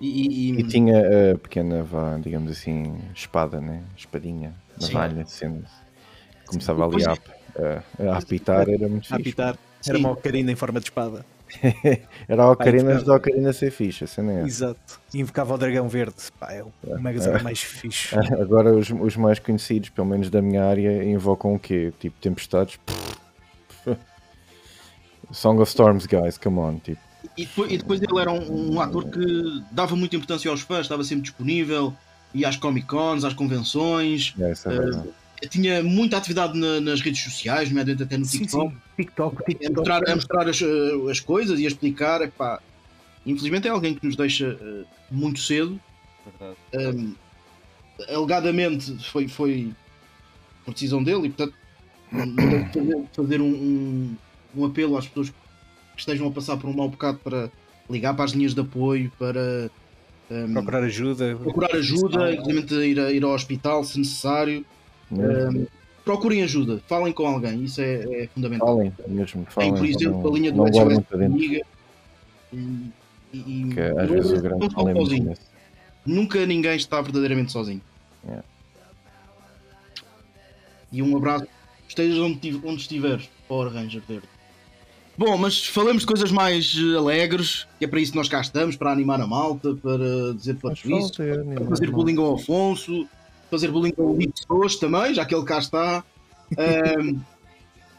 [SPEAKER 3] E, e-
[SPEAKER 2] E tinha a pequena, vá, digamos assim, espada, né? Espadinha,
[SPEAKER 3] Sim. é
[SPEAKER 2] navalha, sendo. Começava ali
[SPEAKER 3] Pois
[SPEAKER 2] a, a- a apitar, era muito
[SPEAKER 4] a
[SPEAKER 2] fixe.
[SPEAKER 4] apitar. Era
[SPEAKER 3] Sim.
[SPEAKER 4] uma ocarina em forma de espada.
[SPEAKER 2] Era a Ocarina
[SPEAKER 4] Vai
[SPEAKER 2] antes da Ocarina ser fixe, assim, né?
[SPEAKER 4] Exato. E invocava o dragão verde. Pá, é o Megazord mais fixe.
[SPEAKER 2] Agora os, os mais conhecidos, pelo menos da minha área, invocam o quê? Tipo, tempestades? Song of Storms, guys, come on, tipo.
[SPEAKER 3] E depois, e depois ele era um, um ator que dava muita importância aos fãs, estava sempre disponível, ia às Comic Cons, às convenções,
[SPEAKER 2] é, essa é a verdade.
[SPEAKER 3] tinha muita atividade na- nas redes sociais, nomeadamente até no
[SPEAKER 4] Sim,
[SPEAKER 3] TikTok,
[SPEAKER 4] sim. TikTok,
[SPEAKER 3] a
[SPEAKER 4] TikTok.
[SPEAKER 3] É mostrar, a mostrar as, eh, as coisas e a explicar. Epá, infelizmente é alguém que nos deixa eh, muito cedo. Ahm, alegadamente foi, foi por decisão dele e portanto não devo fazer, fazer um, um- um apelo às pessoas que estejam a passar por um mau bocado para ligar para as linhas de apoio, para ahm,
[SPEAKER 4] Procurar ajuda.
[SPEAKER 3] procurar ajuda, inclusive ir, a- ir ao hospital se necessário.
[SPEAKER 2] Né?
[SPEAKER 3] eh, Procurem ajuda, falem com alguém, isso é, é fundamental.
[SPEAKER 2] Falem, mesmo, falem.
[SPEAKER 3] Tem, por exemplo,
[SPEAKER 2] não,
[SPEAKER 3] a linha do
[SPEAKER 2] não guardem para dentro,
[SPEAKER 3] Amiga. E, e-
[SPEAKER 2] que às vezes o grande mal é
[SPEAKER 3] não estão
[SPEAKER 2] muito
[SPEAKER 3] sozinhos.
[SPEAKER 2] nesse.
[SPEAKER 3] Nunca ninguém está verdadeiramente sozinho.
[SPEAKER 2] Yeah.
[SPEAKER 3] E um abraço, estejas onde, tiv- onde estiveres, Power Ranger Verde. Bom, mas falemos de coisas mais eh, alegres, que é para isso que nós cá estamos, para animar a malta, para dizer para
[SPEAKER 2] Mas
[SPEAKER 3] isso,
[SPEAKER 2] falta, é, animal,
[SPEAKER 3] fazer
[SPEAKER 2] não.
[SPEAKER 3] bullying ao Afonso, fazer bullying ao Lito hoje também, já que ele cá está. Ahm,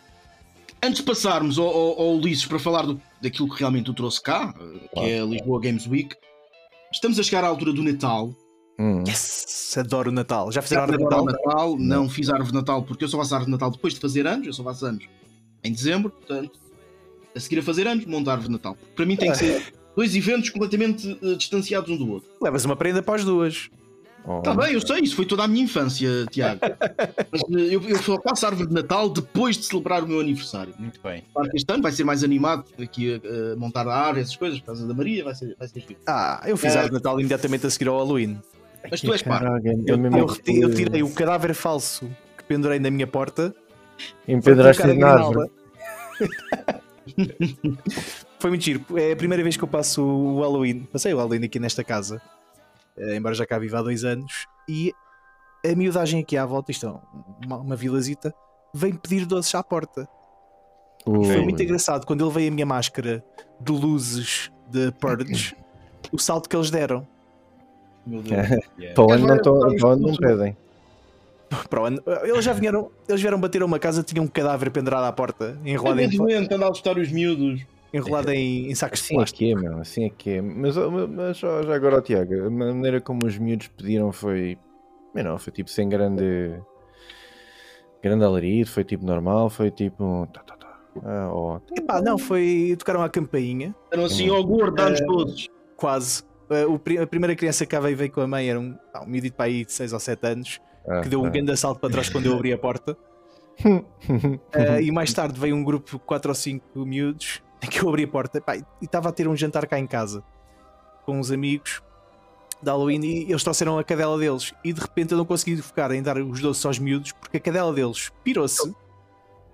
[SPEAKER 3] antes de passarmos ao, ao- ao Ulisses para falar do- daquilo que realmente o trouxe cá, eh, que é a Lisboa Games Week, estamos a chegar à altura do Natal.
[SPEAKER 2] Hum,
[SPEAKER 4] Yes! Adoro o Natal. Já
[SPEAKER 3] Já
[SPEAKER 4] fizeram
[SPEAKER 3] árvore
[SPEAKER 4] árvore
[SPEAKER 3] de
[SPEAKER 4] de Natal?
[SPEAKER 3] Natal, não fiz árvore de Natal porque eu só faço árvore de Natal depois de fazer anos, eu só faço anos em dezembro, portanto, a seguir a fazer anos, monto a árvore de Natal. Para mim tem que ser dois eventos completamente eh, distanciados um do outro.
[SPEAKER 4] Levas uma prenda para as duas.
[SPEAKER 2] oh,
[SPEAKER 3] Está Tá bem, eu sei, isso foi toda a minha infância, Tiago. Mas eh, eu, eu só faço árvore de Natal depois de celebrar o meu aniversário.
[SPEAKER 1] muito bem.
[SPEAKER 3] Claro que este ano vai ser mais animado aqui a, a montar a árvore, essas coisas, por causa da Maria, vai ser, vai ser giro.
[SPEAKER 4] Ah, eu fiz
[SPEAKER 3] É.
[SPEAKER 4] árvore de Natal imediatamente a seguir ao Halloween.
[SPEAKER 3] Mas tu és pá.
[SPEAKER 2] Caralho, é
[SPEAKER 4] Eu,
[SPEAKER 2] mesmo
[SPEAKER 4] eu
[SPEAKER 2] que-
[SPEAKER 4] reti- eu tirei o cadáver falso que pendurei na minha porta. para
[SPEAKER 2] Empedraste
[SPEAKER 4] colocar a
[SPEAKER 2] na árvore.
[SPEAKER 4] grinalda. Foi muito giro. É a primeira vez que eu passo o Halloween. Passei o Halloween aqui nesta casa. Eh, embora já cá viva há dois anos. E a miudagem aqui à volta, isto é uma, uma vilazita, vem pedir doces à porta. E Foi
[SPEAKER 2] Ui.
[SPEAKER 4] muito engraçado. Quando ele veio a minha máscara de luzes de Purge, o salto que eles deram.
[SPEAKER 3] Meu Deus.
[SPEAKER 2] Para onde não,
[SPEAKER 3] Agora,
[SPEAKER 2] estão- para onde então, não
[SPEAKER 3] vamos-
[SPEAKER 2] pedem?
[SPEAKER 4] Para o ano- Eles já vieram, eles vieram bater a uma casa, tinha um cadáver pendurado à porta, enrolado em,
[SPEAKER 3] Evidentemente, anda a assustar os miúdos.
[SPEAKER 4] enrolado em, em sacos de
[SPEAKER 2] Assim é
[SPEAKER 4] plástico.
[SPEAKER 2] que é, meu, assim é que é. Mas, ó, mas ó, já agora, ó, Tiago, a maneira como os miúdos pediram foi. bem, Não, foi tipo sem grande. grande alarido, foi tipo normal, foi tipo. um Tá, tá, tá. Ah, ó,
[SPEAKER 4] Epá, não, foi. Tocaram a campainha,
[SPEAKER 3] Eram assim, ó gordo, dá-nos
[SPEAKER 1] Eh,
[SPEAKER 3] todos.
[SPEAKER 4] quase. Eh, o pri- a primeira criança que cá veio, veio com a mãe era um, pá, um miúdito para aí de 6 ou 7 anos,
[SPEAKER 2] ah,
[SPEAKER 4] que deu um
[SPEAKER 2] tá.
[SPEAKER 4] grande assalto para trás quando eu abri a porta. Eh, e mais tarde veio um grupo de 4 ou 5 miúdos, que eu abri a porta epá, e estava a ter um jantar cá em casa com uns amigos. de Halloween e eles trouxeram a cadela deles. E de repente eu não consegui focar em dar os doces aos miúdos porque a cadela deles pirou-se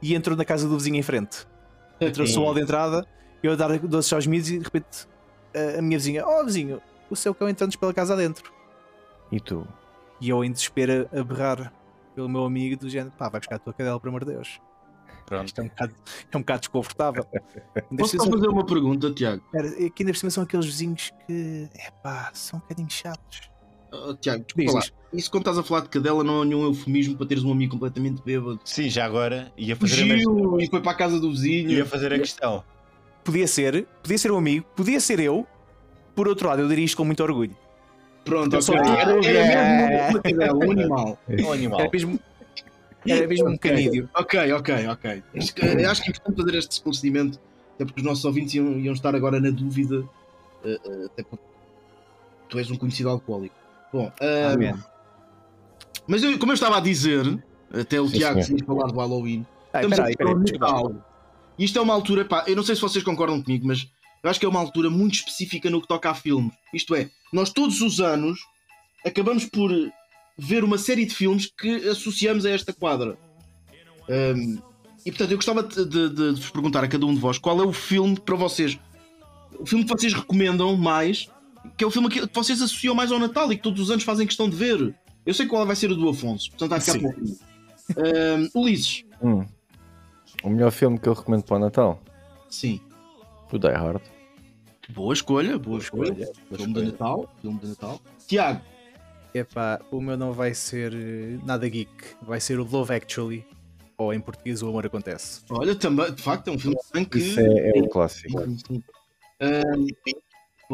[SPEAKER 4] e entrou na casa do vizinho em frente. Entrou-se o hall de entrada, eu a dar doces aos miúdos e de repente a, a minha vizinha, oh vizinho, o seu cão entrou-nos pela casa adentro.
[SPEAKER 2] E tu?
[SPEAKER 4] E eu em desespero a berrar pelo meu amigo do género, pá, vai buscar a tua cadela, pelo amor de Deus.
[SPEAKER 1] Pronto.
[SPEAKER 4] Isto é um bocado, é um bocado desconfortável. Ainda
[SPEAKER 3] Posso
[SPEAKER 4] assim,
[SPEAKER 3] só
[SPEAKER 4] são-
[SPEAKER 3] fazer um- uma pergunta, Tiago?
[SPEAKER 4] Cara, aqui é ainda por cima são aqueles vizinhos que, é pá, são um bocadinho chatos.
[SPEAKER 3] Oh, Tiago,
[SPEAKER 4] Diz,
[SPEAKER 3] desculpa lá. Isso quando estás a falar de cadela não é nenhum eufemismo para teres um amigo completamente bêbado.
[SPEAKER 1] Sim, já agora ia fazer, a, mesma-
[SPEAKER 3] Fugiu e foi para a casa do vizinho.
[SPEAKER 1] ia fazer a questão.
[SPEAKER 4] Podia ser, podia ser um amigo, podia ser eu. Por outro lado, eu diria isto com muito orgulho.
[SPEAKER 3] Pronto,
[SPEAKER 4] Eu sou
[SPEAKER 3] ok. Era, era mesmo uma cadela, um animal.
[SPEAKER 1] É Um animal.
[SPEAKER 4] Era mesmo, era mesmo um canídeo.
[SPEAKER 3] Ok, ok, ok. Acho que, eu acho que é importante fazer este esclarecimento, até porque os nossos ouvintes iam, iam estar agora na dúvida, eh, eh, até porque tu és um conhecido alcoólico. Bom, ah, mas eu- como eu estava a dizer, até o
[SPEAKER 2] Sim,
[SPEAKER 3] Tiago
[SPEAKER 2] senhor.
[SPEAKER 3] tinha falado do Halloween,
[SPEAKER 4] Ai,
[SPEAKER 3] estamos
[SPEAKER 4] peraí,
[SPEAKER 3] a falar
[SPEAKER 4] peraí,
[SPEAKER 3] de
[SPEAKER 4] desculpa.
[SPEAKER 3] Natal. E isto é uma altura, pá, eu não sei se vocês concordam comigo, mas eu acho que é uma altura muito específica no que toca a filmes. Isto é, nós todos os anos acabamos por ver uma série de filmes que associamos a esta quadra. Ahm, e portanto, eu gostava de, de- de vos perguntar a cada um de vós qual é o filme para vocês, o filme que vocês recomendam mais, que é o filme que que vocês associam mais ao Natal e que todos os anos fazem questão de ver. Eu sei qual vai ser o do Afonso, portanto, há de ficar
[SPEAKER 4] Sim.
[SPEAKER 3] para o fim. Ahm, Ulisses,
[SPEAKER 2] Hum. O melhor filme que eu recomendo para o Natal?
[SPEAKER 3] sim.
[SPEAKER 2] O Die Hard.
[SPEAKER 3] Boa escolha, boa, escolha. Filme de
[SPEAKER 2] escolha.
[SPEAKER 3] Natal, filme de Natal. Tiago,
[SPEAKER 4] Epá, o meu não vai ser eh, nada geek. Vai ser o Love Actually. Ou em português, O Amor Acontece.
[SPEAKER 3] olha, também, de facto é um filme também que.
[SPEAKER 2] Isso é, é um clássico.
[SPEAKER 3] Ah,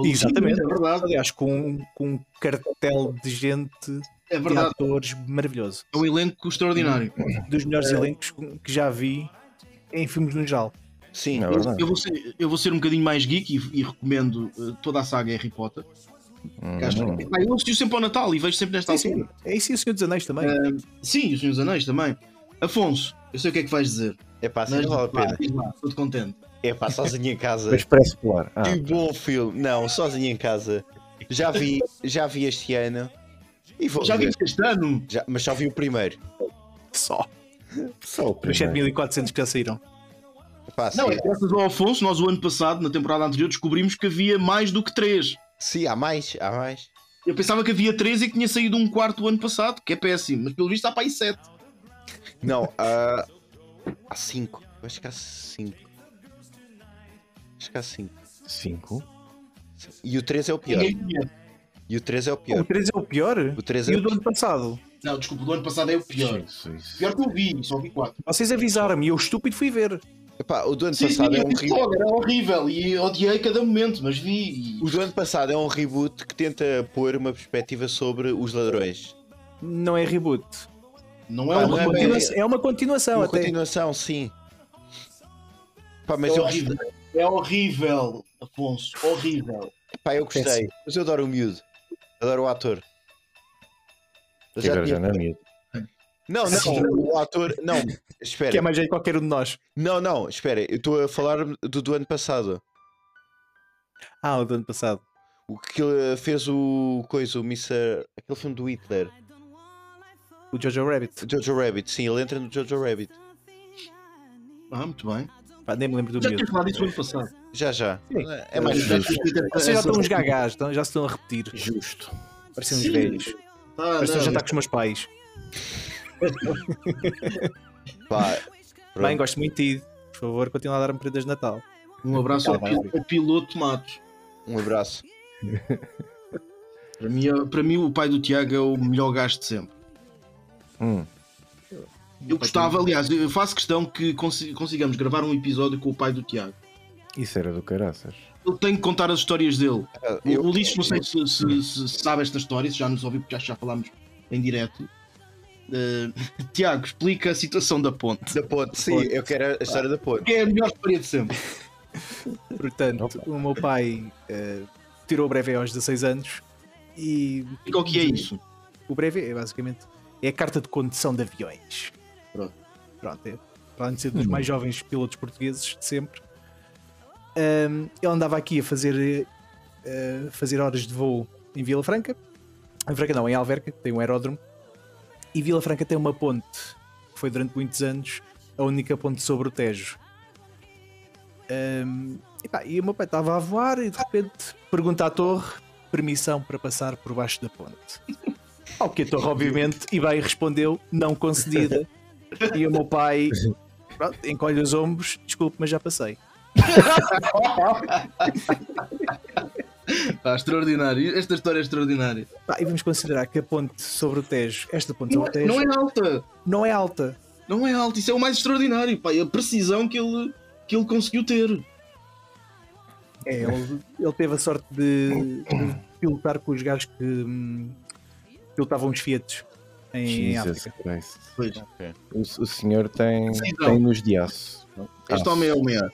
[SPEAKER 4] Exatamente.
[SPEAKER 3] É verdade,
[SPEAKER 4] Aliás, com, com um cartel de gente,
[SPEAKER 3] é
[SPEAKER 4] de
[SPEAKER 3] verdade.
[SPEAKER 4] atores maravilhoso.
[SPEAKER 3] É um elenco extraordinário.
[SPEAKER 4] Dos melhores
[SPEAKER 3] É.
[SPEAKER 4] elencos que já vi em filmes no geral.
[SPEAKER 1] Sim,
[SPEAKER 2] Não é
[SPEAKER 1] eu-
[SPEAKER 2] verdade?
[SPEAKER 3] Eu vou, ser, eu vou ser um bocadinho mais geek e, e recomendo eh, toda a saga Harry Potter.
[SPEAKER 2] Hum,
[SPEAKER 3] que acho que-
[SPEAKER 2] não.
[SPEAKER 3] Pá, eu assisto sempre ao Natal e vejo sempre nesta
[SPEAKER 4] Sim,
[SPEAKER 3] altura.
[SPEAKER 4] sim. É isso e o Senhor dos Anéis também.
[SPEAKER 3] Sim, os Senhores dos Anéis também. Afonso, eu sei o que é que vais dizer.
[SPEAKER 1] é pá, assim
[SPEAKER 3] mas
[SPEAKER 1] não vale a
[SPEAKER 3] pá,
[SPEAKER 1] pena.
[SPEAKER 3] diz lá, estou contente.
[SPEAKER 1] É pá, sozinho em casa.
[SPEAKER 2] Mas Expresso Polar. Ah,
[SPEAKER 1] Que bom filme. Não, sozinho em casa. Já vi, já vi este ano. E vou
[SPEAKER 3] Já
[SPEAKER 1] ver.
[SPEAKER 3] viste este ano?
[SPEAKER 1] Já- mas só vi o primeiro.
[SPEAKER 4] Só.
[SPEAKER 2] só o
[SPEAKER 1] é.
[SPEAKER 4] Os
[SPEAKER 3] é
[SPEAKER 2] primeiro.
[SPEAKER 4] 7400 que já saíram.
[SPEAKER 1] Pá,
[SPEAKER 3] Não, é
[SPEAKER 1] Ah, sim.
[SPEAKER 3] graças ao Afonso, nós o ano passado, na temporada anterior, descobrimos que havia mais do que três.
[SPEAKER 1] Sim, há mais, há mais.
[SPEAKER 3] Eu pensava que havia três e que tinha saído um quarto o ano passado, que é péssimo, mas pelo visto há para aí sete.
[SPEAKER 1] Não, há. há cinco. Eu Acho que há cinco. Acho que há cinco.
[SPEAKER 2] Cinco.
[SPEAKER 1] E o três é o pior.
[SPEAKER 3] Ninguém conhece.
[SPEAKER 1] E o três é o
[SPEAKER 4] O
[SPEAKER 1] pior.
[SPEAKER 4] 3 é o pior?
[SPEAKER 1] O três
[SPEAKER 4] E
[SPEAKER 1] é
[SPEAKER 4] o
[SPEAKER 1] o
[SPEAKER 4] do
[SPEAKER 1] pior.
[SPEAKER 4] ano passado?
[SPEAKER 3] Não, desculpa, o do ano passado é o pior.
[SPEAKER 2] Jesus.
[SPEAKER 3] Pior que eu vi, só vi quatro.
[SPEAKER 4] Vocês avisaram-me e eu estúpido fui ver.
[SPEAKER 1] Epá, o do ano
[SPEAKER 3] Sim,
[SPEAKER 1] passado
[SPEAKER 3] sim,
[SPEAKER 1] é
[SPEAKER 3] eu
[SPEAKER 1] um
[SPEAKER 3] vi
[SPEAKER 1] reboot.
[SPEAKER 3] logo, era horrível e odiei cada momento, mas vi. e-
[SPEAKER 1] O do ano passado é um reboot que tenta pôr uma perspectiva sobre os ladrões.
[SPEAKER 4] Não é reboot.
[SPEAKER 3] Não é
[SPEAKER 1] Pá,
[SPEAKER 4] É
[SPEAKER 3] um
[SPEAKER 1] não
[SPEAKER 4] uma,
[SPEAKER 1] é
[SPEAKER 3] reboot.
[SPEAKER 1] bem-
[SPEAKER 4] continua- é uma continuação
[SPEAKER 1] Uma
[SPEAKER 4] até.
[SPEAKER 1] continuação, sim. Pá,
[SPEAKER 3] É
[SPEAKER 1] mas eu,
[SPEAKER 3] horrível. É horrível, Afonso. Horrível.
[SPEAKER 1] pá, eu gostei. Mas eu adoro o miúdo. Adoro o ator. Eu
[SPEAKER 2] Que
[SPEAKER 1] já
[SPEAKER 2] agora
[SPEAKER 1] tinha-
[SPEAKER 2] já não é miúdo.
[SPEAKER 1] Não, não, o ator. Não, espera.
[SPEAKER 4] Que é mais jeito qualquer um de nós.
[SPEAKER 1] Não, não, espera. Eu estou a falar do, do ano passado.
[SPEAKER 4] Ah, o do ano passado.
[SPEAKER 1] O que ele fez o coisa, o Mr. aquele filme do Hitler,
[SPEAKER 4] O Jojo Rabbit.
[SPEAKER 1] o Jojo Rabbit. Sim, ele entra no Jojo Rabbit.
[SPEAKER 3] Ah, muito bem.
[SPEAKER 4] Pá, nem me lembro do
[SPEAKER 3] Já tinha
[SPEAKER 4] miúdo.
[SPEAKER 3] falado isso no ano passado.
[SPEAKER 1] Já já.
[SPEAKER 4] Sim.
[SPEAKER 1] É mais
[SPEAKER 3] Já
[SPEAKER 1] justo.
[SPEAKER 3] tinha feito
[SPEAKER 4] Vocês já
[SPEAKER 3] essa-
[SPEAKER 4] estão uns gagás, então já se estão a repetir.
[SPEAKER 2] Justo.
[SPEAKER 4] Parecem uns
[SPEAKER 3] Sim.
[SPEAKER 4] velhos.
[SPEAKER 3] Ah,
[SPEAKER 4] Parecem um
[SPEAKER 3] não,
[SPEAKER 4] jantar com os meus pais.
[SPEAKER 1] Pá,
[SPEAKER 4] Bem,
[SPEAKER 1] pronto.
[SPEAKER 4] gosto muito de ti. Por favor, continua a dar-me prendas de Natal.
[SPEAKER 3] Um abraço ao, pil- ao piloto Matos.
[SPEAKER 1] um abraço.
[SPEAKER 3] Para mim, é- para mim, o pai do Tiago é o melhor gajo de sempre.
[SPEAKER 2] Hum.
[SPEAKER 3] Eu gostava, aliás, eu faço questão que consi- consigamos gravar um episódio com o pai do Tiago.
[SPEAKER 2] Isso era do caraças.
[SPEAKER 3] Ele tem que contar as histórias dele.
[SPEAKER 1] Eu-
[SPEAKER 3] O Ulisses, não sei se, se- se- se sabe esta história, se já nos ouviu, porque já, já falámos em direto. Eh, Tiago, explica a situação da ponte.
[SPEAKER 1] Da ponte, sim, eu quero a história da ponte.
[SPEAKER 3] Que é a melhor história de sempre.
[SPEAKER 4] Portanto, o meu pai eh, tirou o breve aos 16 anos e
[SPEAKER 3] Explica o que é isso.
[SPEAKER 4] O breve é basicamente é a carta de condução de aviões.
[SPEAKER 3] Pronto.
[SPEAKER 4] Pronto, é, para além de ser dos mais jovens pilotos portugueses de sempre, hum, ahm, ele andava aqui a fazer, eh, a fazer horas de voo em Vila Franca. Em Franca não, em Alverca, tem um aeródromo. E Vila Franca tem uma ponte, que foi durante muitos anos a única ponte sobre o Tejo. Ahm, e, pá, e o meu pai estava a voar e de repente pergunta à torre permissão para passar por baixo da ponte. Ao que a torre, obviamente, e bem respondeu, não concedida. E o meu pai pronto, encolhe os ombros, desculpe, mas já passei.
[SPEAKER 3] Pá, extraordinário. Esta história é extraordinária.
[SPEAKER 4] Pá, e vamos considerar que a ponte sobre o Tejo, esta ponte
[SPEAKER 3] Não
[SPEAKER 4] sobre o
[SPEAKER 3] é,
[SPEAKER 4] Tejo,
[SPEAKER 3] não é alta.
[SPEAKER 4] não é alta.
[SPEAKER 3] Não é alta. Isso é o mais extraordinário, pá. E a precisão que ele, que ele conseguiu ter.
[SPEAKER 4] É, ele, ele teve a sorte de, de pilotar com os gajos que hum, pilotavam os Fiat em
[SPEAKER 2] Jesus
[SPEAKER 4] África.
[SPEAKER 2] Christ.
[SPEAKER 3] Pois.
[SPEAKER 2] O, o senhor tem,
[SPEAKER 3] Sim, não.
[SPEAKER 2] tem nos de aço.
[SPEAKER 3] Este
[SPEAKER 2] Aço,
[SPEAKER 3] homem é o melhor.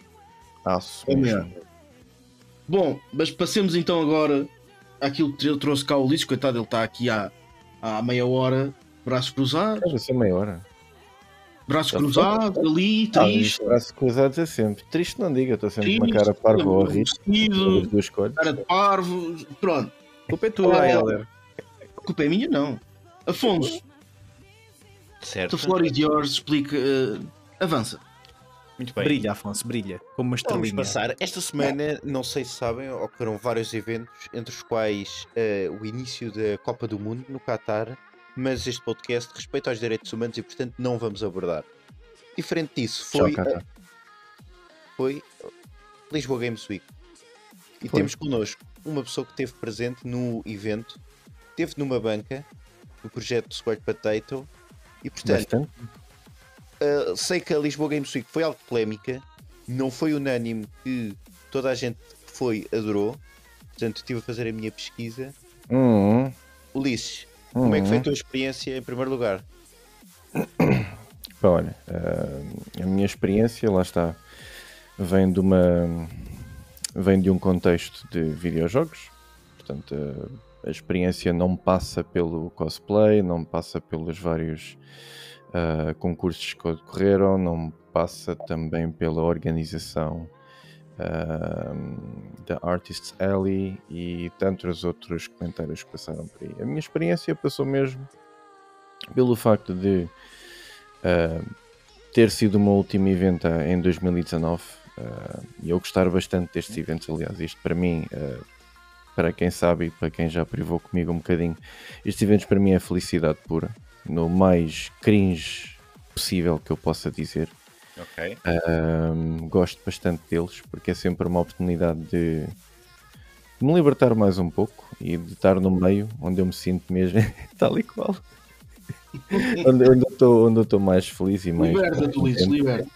[SPEAKER 2] aço
[SPEAKER 3] é o
[SPEAKER 2] mesmo.
[SPEAKER 3] Bom, mas passemos então agora àquilo que eu trouxe cá o Ulisses. Coitado, ele está aqui há, há meia hora, braços cruzados,
[SPEAKER 2] Deve ser meia hora.
[SPEAKER 3] braços
[SPEAKER 2] Tá
[SPEAKER 3] cruzados, ali,
[SPEAKER 2] Ah,
[SPEAKER 3] triste,
[SPEAKER 2] os braços cruzados é sempre. Triste não diga, estou sempre com uma
[SPEAKER 3] Triste,
[SPEAKER 2] cara parvo ou rir.
[SPEAKER 3] vestido,
[SPEAKER 2] As duas cores.
[SPEAKER 3] cara de parvo. Pronto,
[SPEAKER 4] A culpa é tua,
[SPEAKER 3] Ah,
[SPEAKER 4] Helder.
[SPEAKER 3] a culpa é minha, não. Afonso,
[SPEAKER 1] Certo.
[SPEAKER 3] the floor is yours, explica, eh, avança.
[SPEAKER 1] Muito bem.
[SPEAKER 4] Brilha, Afonso, brilha. Como uma
[SPEAKER 1] Vamos
[SPEAKER 4] estrelinha.
[SPEAKER 1] passar. Esta semana, não sei se sabem, ocorreram vários eventos, entre os quais eh, o início da Copa do Mundo no Qatar, mas este podcast respeita aos direitos humanos e, portanto, não vamos abordar. Diferente disso, foi, eh,
[SPEAKER 2] Tchau, Catar.
[SPEAKER 1] foi Lisboa Games Week. E
[SPEAKER 2] Foi.
[SPEAKER 1] temos connosco uma pessoa que esteve presente no evento, esteve numa banca do projeto Squared Potato, e, portanto,
[SPEAKER 2] Bastante.
[SPEAKER 1] Uh, sei que a Lisboa Games Week foi algo de polémica, não foi unânime que toda a gente que foi adorou. Portanto, estive a fazer a minha pesquisa.
[SPEAKER 2] Hum, hum,
[SPEAKER 1] Ulisses, como é que
[SPEAKER 2] hum.
[SPEAKER 1] foi a tua experiência em primeiro lugar?
[SPEAKER 2] Pá, olha, ah, a minha experiência, lá está, vem de uma. vem de um contexto de videojogos. Portanto, ah, a experiência não passa pelo cosplay, não passa pelos vários ah, concursos que ocorreram, não passa também pela organização ah, da Artists Alley e tantos outros comentários que passaram por aí. A minha experiência passou mesmo pelo facto de ter sido o meu último evento ah, em 2019 ah, e eu gostar bastante destes eventos. Aliás, isto para mim, ah, para quem sabe e para quem já privou comigo um bocadinho, estes eventos para mim é felicidade pura, no mais cringe possível que eu possa dizer.
[SPEAKER 1] Ok.
[SPEAKER 2] Um, gosto bastante deles porque é sempre uma oportunidade de me libertar mais um pouco e de estar no meio onde eu me sinto mesmo tal e qual. onde, onde eu estou- onde eu estou mais feliz e mais.
[SPEAKER 3] Liberta-te, Ulisses,
[SPEAKER 2] contente.
[SPEAKER 3] liberta.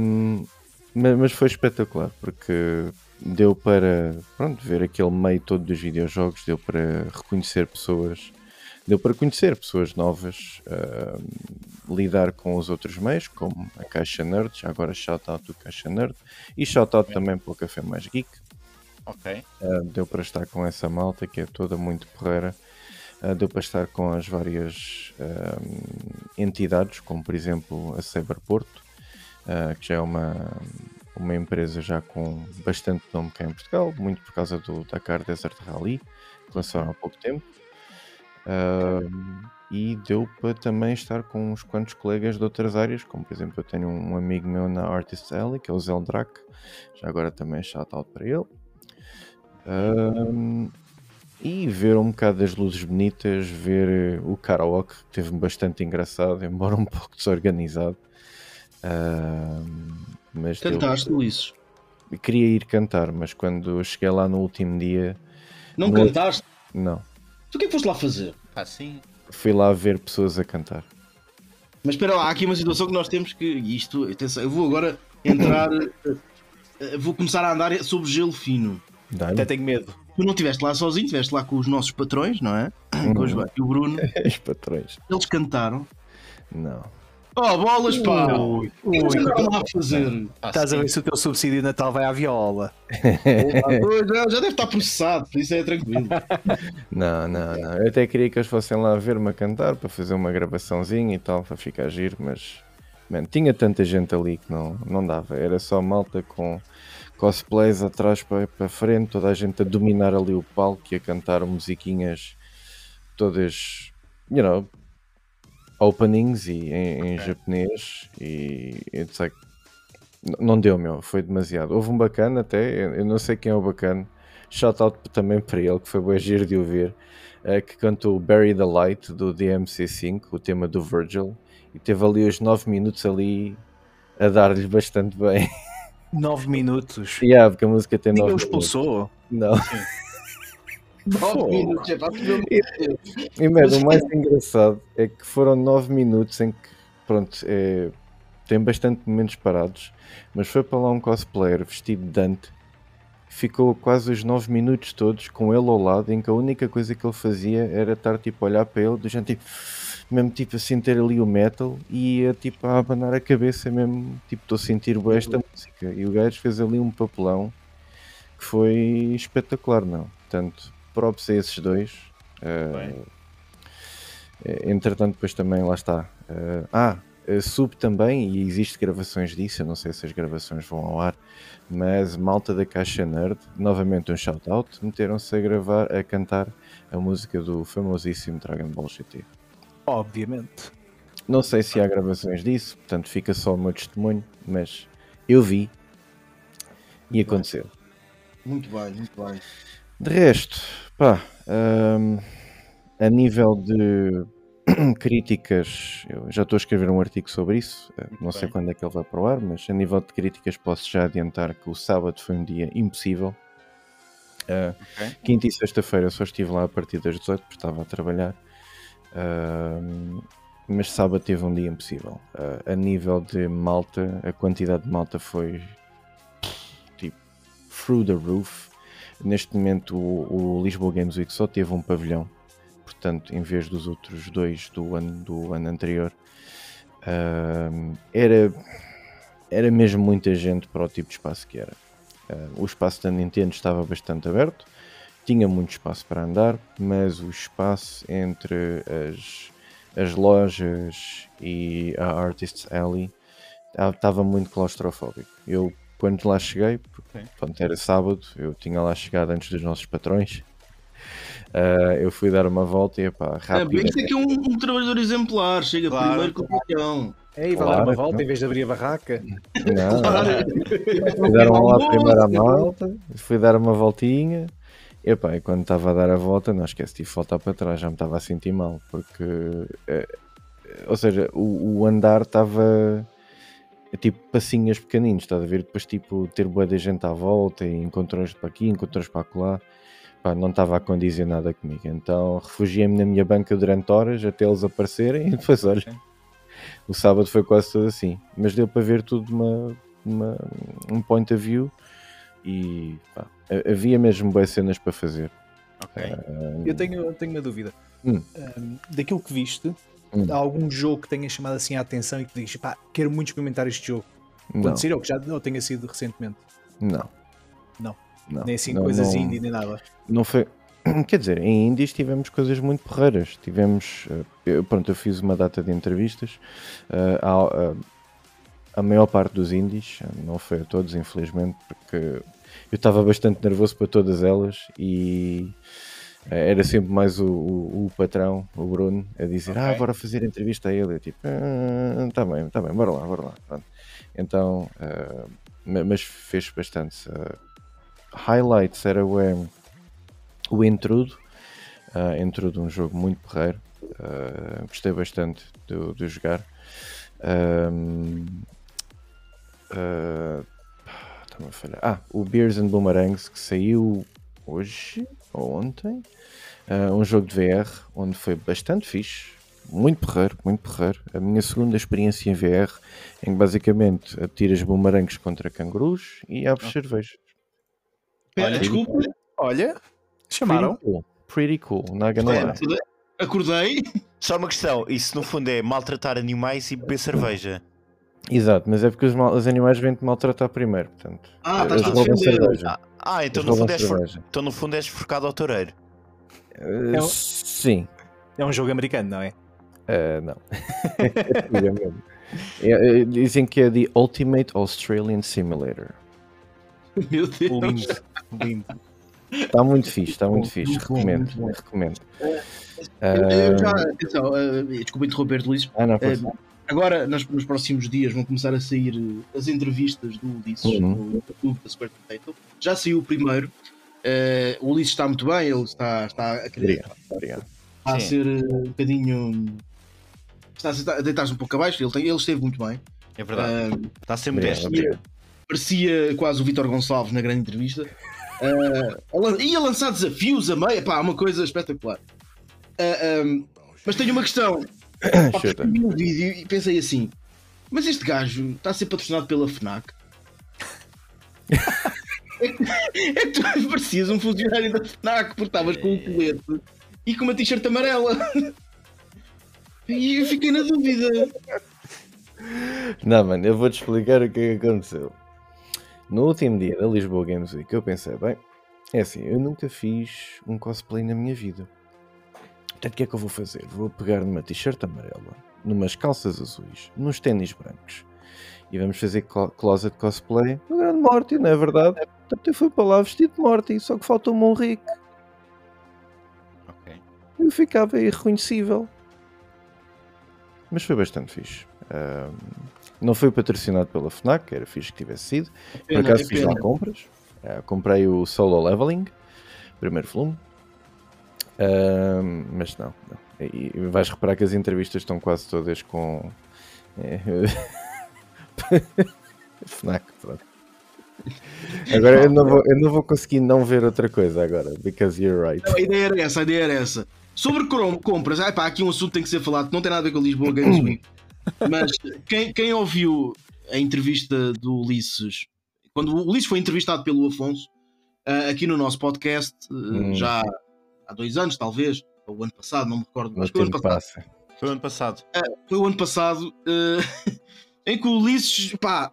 [SPEAKER 2] Um, ma- mas foi espetacular porque deu para pronto, ver aquele meio todo dos videojogos, deu para reconhecer pessoas, deu para conhecer pessoas novas, um, lidar com os outros meios, como a Caixa Nerd, já agora shout-out do Caixa Nerd, e shout-out também para o Café Mais Geek,
[SPEAKER 1] Ok.
[SPEAKER 2] Uh, deu para estar com essa malta que é toda muito porreira. Uh, deu para estar com as várias um, entidades, como por exemplo a Cyberporto, uh, que já é uma, uma empresa já com bastante nome cá em Portugal, muito por causa do Dakar Desert Rally, que lançaram há pouco tempo. Um, e deu para também estar com uns quantos colegas de outras áreas, como por exemplo eu tenho um amigo meu na Artist Alley, que é o Zeldrac, já agora também é shout-out para ele. Um, e ver um bocado das luzes bonitas, ver eh, o karaoke, que teve bastante engraçado, embora um pouco desorganizado. Um, mas deu-
[SPEAKER 3] Cantaste, Ulisses.
[SPEAKER 2] queria ir cantar, mas quando cheguei lá no último dia,
[SPEAKER 3] Não
[SPEAKER 2] No-
[SPEAKER 3] cantaste?
[SPEAKER 2] não.
[SPEAKER 3] Tu o que é que foste lá fazer?
[SPEAKER 1] Pá, sim.
[SPEAKER 2] Fui lá ver pessoas a cantar.
[SPEAKER 3] Mas espera lá, há aqui uma situação que nós temos que. e Isto, atenção, eu vou agora entrar. eh, eh, vou começar a andar sobre gelo fino.
[SPEAKER 2] Dá-lhe.
[SPEAKER 4] Até tenho medo.
[SPEAKER 3] Tu não estiveste lá sozinho, estiveste lá com os nossos patrões, não é? Com os, e o Bruno.
[SPEAKER 2] Os patrões.
[SPEAKER 3] Eles cantaram.
[SPEAKER 2] Não.
[SPEAKER 3] Oh, bolas, pá! O
[SPEAKER 4] Ui,
[SPEAKER 3] que é que eles
[SPEAKER 4] ui.
[SPEAKER 3] andaram lá a fazer?
[SPEAKER 1] Pá,
[SPEAKER 4] Estás a
[SPEAKER 1] Ah, sim.
[SPEAKER 4] ver se o teu subsídio de Natal vai à viola.
[SPEAKER 3] Pois, já, já deve estar processado, por isso é tranquilo.
[SPEAKER 2] Não, não, não. Eu até queria que eles fossem lá ver-me a cantar para fazer uma gravaçãozinha e tal, para ficar giro, mas Mano, tinha tanta gente ali que não, não dava. Era só malta com cosplays atrás para, para frente, toda a gente a dominar ali o palco e a cantar musiquinhas todas, you know, openings e em, em japonês. E it's like, n- não deu, meu, foi demasiado. Houve um bacana até, eu eu não sei quem é o bacana, shout out também para ele, que foi bem giro de ouvir, eh, que cantou Bury the Light do DMC5, o tema do Virgil e teve ali os 9 minutos ali a dar-lhe bastante bem.
[SPEAKER 4] 9 minutos.
[SPEAKER 2] yeah, porque a música tem 9
[SPEAKER 4] Ninguém o
[SPEAKER 2] minutos.
[SPEAKER 4] expulsou.
[SPEAKER 2] Não.
[SPEAKER 3] Nove
[SPEAKER 2] Pô.
[SPEAKER 3] minutos, é pá, tu não-
[SPEAKER 2] E mano, o mais engraçado é que foram 9 minutos em que, pronto, é, tem bastante momentos parados, mas foi para lá um cosplayer vestido de Dante que ficou quase os 9 minutos todos com ele ao lado, em que a única coisa que ele fazia era estar tipo a olhar para ele, do género tipo, mesmo tipo a sentir ali o metal e a tipo a abanar a cabeça, mesmo tipo estou a sentir bem esta música. E o gajo fez ali um papelão que foi espetacular, não? Portanto, props a esses dois. Eh,
[SPEAKER 1] Bem.
[SPEAKER 2] eh, entretanto, depois também lá está. eh, ah, eh, sub também, e existe gravações disso, eu não sei se as gravações vão ao ar, mas malta da Caixa Nerd, novamente um shout-out, meteram-se a gravar, a cantar a música do famosíssimo Dragon Ball GT.
[SPEAKER 4] Obviamente.
[SPEAKER 2] Não sei se há gravações disso, portanto fica só o meu testemunho, mas eu vi e aconteceu.
[SPEAKER 3] Muito bem, muito bem.
[SPEAKER 2] De resto, pá, hum, a nível de críticas, eu já estou a escrever um artigo sobre isso, eh, não sei
[SPEAKER 1] bem.
[SPEAKER 2] quando é que ele vai para o ar, mas a nível de críticas posso já adiantar que o sábado foi um dia impossível. Eh,
[SPEAKER 1] Ok.
[SPEAKER 2] Quinta e sexta-feira eu só estive lá a partir das 18 porque estava a trabalhar, Hum, mas sábado teve um dia impossível. Eh, a nível de malta, a quantidade de malta foi tipo through the roof. Neste momento, o, o Lisboa Games Week só teve um pavilhão, portanto, em vez dos outros dois do ano, do ano anterior, Ahm, era, era mesmo muita gente para o tipo de espaço que era. Ah, o espaço da Nintendo estava bastante aberto, tinha muito espaço para andar, mas o espaço entre as, as lojas e a Artists Alley ah, estava muito claustrofóbico. Eu, quando lá cheguei, porque,
[SPEAKER 1] Ok.
[SPEAKER 2] pronto, era sábado, eu tinha lá chegado antes dos nossos patrões. ah, eu fui dar uma volta e epá,
[SPEAKER 3] É,
[SPEAKER 2] rápido.
[SPEAKER 3] bem, isto é que é um, um trabalhador exemplar, chega
[SPEAKER 1] Claro.
[SPEAKER 3] primeiro com o patrão.
[SPEAKER 4] Ei, vai
[SPEAKER 2] Claro,
[SPEAKER 4] dar uma
[SPEAKER 2] então.
[SPEAKER 4] volta em vez de abrir a barraca.
[SPEAKER 2] Não,
[SPEAKER 3] Claro.
[SPEAKER 2] Fui dar um lá primeiro à
[SPEAKER 3] Almoço.
[SPEAKER 2] malta, fui dar uma voltinha. Epá, e quando estava a dar a volta, não esqueci de voltar para trás, já me estava a sentir mal, porque. eh, ou seja, o, o andar estava. eh, Tipo, passinhas pequeninos, estás a ver? Depois, tipo, ter boa de gente à volta e encontrões para aqui, encontrões para lá. Pá, não estava a condizer nada comigo. Então, refugiei-me na minha banca durante horas até eles aparecerem e depois, olha. O sábado foi quase todo assim, mas deu para ver tudo de uma, uma- um point of view e pá, ha- havia mesmo boas cenas para fazer.
[SPEAKER 1] Ok.
[SPEAKER 4] Eu tenho, eu tenho uma dúvida.
[SPEAKER 2] Hum.
[SPEAKER 4] Ahm, daquilo que viste,
[SPEAKER 2] Hum.
[SPEAKER 4] há algum jogo que tenha chamado assim a atenção e que tu dizes, pá, quero muito experimentar este jogo.
[SPEAKER 2] Não,
[SPEAKER 4] Acontecer ou que já ou tenha sido recentemente.
[SPEAKER 2] não,
[SPEAKER 4] Não.
[SPEAKER 2] não,
[SPEAKER 4] nem assim
[SPEAKER 2] não,
[SPEAKER 4] coisas
[SPEAKER 2] não,
[SPEAKER 4] indie, nem nada.
[SPEAKER 2] Não foi. Quer dizer, em Indies tivemos coisas muito porreiras. Tivemos. eh, eu- pronto, eu fiz uma data de entrevistas. eh, ao- a- a maior parte dos indies, eh, não foi a todos, infelizmente, porque eu estava bastante nervoso para todas elas e eh, era sempre mais o, o- o patrão, o Bruno, a dizer: Ah,
[SPEAKER 1] Ok.
[SPEAKER 2] bora fazer entrevista a ele. Eu tipo: "Ah, tá bem, tá bem, bora lá, bora lá. Pronto. Então, eh, ma- mas fez bastante. eh, highlights era o, eh, o Intrudo, ah, Intrudo, um jogo muito porreiro. ah, gostei bastante do- de, jogar. Ahm, ah, pá, Está-me a falhar. Ah, o Beers and Boomerangs que saiu hoje ou ontem. Ah, um jogo de VR onde foi bastante fixe. Muito porreiro, muito porreiro. A minha segunda experiência em VR, em que basicamente atiras bumerangues contra cangurus e abres cervejas.
[SPEAKER 3] Pera, Desculpa,
[SPEAKER 4] Olha, chamaram.
[SPEAKER 2] Pretty cool. Pretty cool. Naga não é.
[SPEAKER 3] acordei- acordei.
[SPEAKER 1] Só uma questão, isso no fundo é maltratar animais e beber cerveja.
[SPEAKER 2] Exato, mas é porque os, mal- os animais vêm-te maltratar primeiro, portanto.
[SPEAKER 3] Ah,
[SPEAKER 2] eles
[SPEAKER 3] estás a
[SPEAKER 2] roubam
[SPEAKER 3] defender.
[SPEAKER 2] cerveja.
[SPEAKER 1] Ah, então
[SPEAKER 2] Eles
[SPEAKER 1] no,
[SPEAKER 2] roubam
[SPEAKER 1] fundo és for...
[SPEAKER 2] é cerveja.
[SPEAKER 1] então no fundo és forcado ao toureiro.
[SPEAKER 2] Eh,
[SPEAKER 4] É um-
[SPEAKER 2] Sim.
[SPEAKER 4] É um jogo americano, não é?
[SPEAKER 2] Eh, não. Antigamente. É, é, dizem que é The Ultimate Australian Simulator.
[SPEAKER 3] Meu Deus.
[SPEAKER 4] Lindo, lindo.
[SPEAKER 2] Está muito fixe, está muito
[SPEAKER 3] Muito
[SPEAKER 2] fixe.
[SPEAKER 3] bom,
[SPEAKER 2] Recomendo,
[SPEAKER 3] muito bom. É,
[SPEAKER 2] recomendo.
[SPEAKER 3] Eu-
[SPEAKER 2] Ah,
[SPEAKER 3] eu já- atenção, ah, desculpa interromper, Luís.
[SPEAKER 2] ah, não, força.
[SPEAKER 3] é, Agora, nos, nos próximos dias, vão começar a sair eh, as entrevistas do Ulisses
[SPEAKER 2] Uhum.
[SPEAKER 3] no YouTube da Square Potato. Já saiu o primeiro. Eh, o Ulisses está muito bem, ele está, está a querer.
[SPEAKER 2] Obrigado, obrigado.
[SPEAKER 3] Está a
[SPEAKER 1] Sim.
[SPEAKER 3] ser eh, um bocadinho. Está a se- a deitar-se um pouco abaixo, ele, tem- ele esteve muito bem.
[SPEAKER 1] É verdade.
[SPEAKER 3] Ah,
[SPEAKER 1] Está a ser
[SPEAKER 2] Obrigado,
[SPEAKER 1] modesto.
[SPEAKER 2] obrigado.
[SPEAKER 3] parecia quase o Vitor Gonçalves na grande entrevista. Ah, a lan- ia lançar desafios a meia, pá, uma coisa espetacular. Ah, ah, mas tenho uma questão. Pá,
[SPEAKER 2] Chuta.
[SPEAKER 3] vi um vídeo e pensei assim: mas este gajo está a ser patrocinado pela FNAC? é, que, é que tu parecias um funcionário da FNAC porque estavas com um colete e com uma t-shirt amarela. E eu fiquei na dúvida.
[SPEAKER 2] Não, mano, eu vou-te explicar o que é que aconteceu. No último dia da Lisboa Games Week, eu pensei, bem, é assim, eu nunca fiz um cosplay na minha vida. Portanto, o que é que eu vou fazer? Vou pegar numa t-shirt amarela, numas calças azuis, nos ténis brancos e vamos fazer clo- closet cosplay do grande Morty, não é verdade? Portanto, eu fui para lá vestido de Morty, só que faltou-me um rico.
[SPEAKER 1] Ok.
[SPEAKER 2] Eu ficava irreconhecível. Mas foi bastante fixe. Ahm, não foi patrocinado pela FNAC, era fixe que tivesse sido. Por acaso fiz lá compras. Ah, comprei o Solo Leveling, primeiro volume. Ahm, mas não, não. E e vais reparar que as entrevistas estão quase todas com. eh, FNAC, pronto. Agora eu não, vou, eu não vou conseguir não ver outra coisa agora, because you're right.
[SPEAKER 3] Não, é a ideia era essa, a ideia era essa. Sobre crom- compras, ai pá, aqui um assunto que tem que ser falado, que não tem nada a ver com Lisboa Games Week. Mas quem, quem ouviu a entrevista do Ulisses, quando o Ulisses foi entrevistado pelo Afonso, ah, aqui no nosso podcast, ah,
[SPEAKER 2] Hum.
[SPEAKER 3] já há dois anos, talvez, ou o ano passado, não me recordo,
[SPEAKER 2] Mas
[SPEAKER 3] mas foi o ano
[SPEAKER 2] tempo
[SPEAKER 3] passado
[SPEAKER 2] passa.
[SPEAKER 1] Foi o ano passado.
[SPEAKER 3] Ah, foi o ano passado eh, em que o Ulisses pá,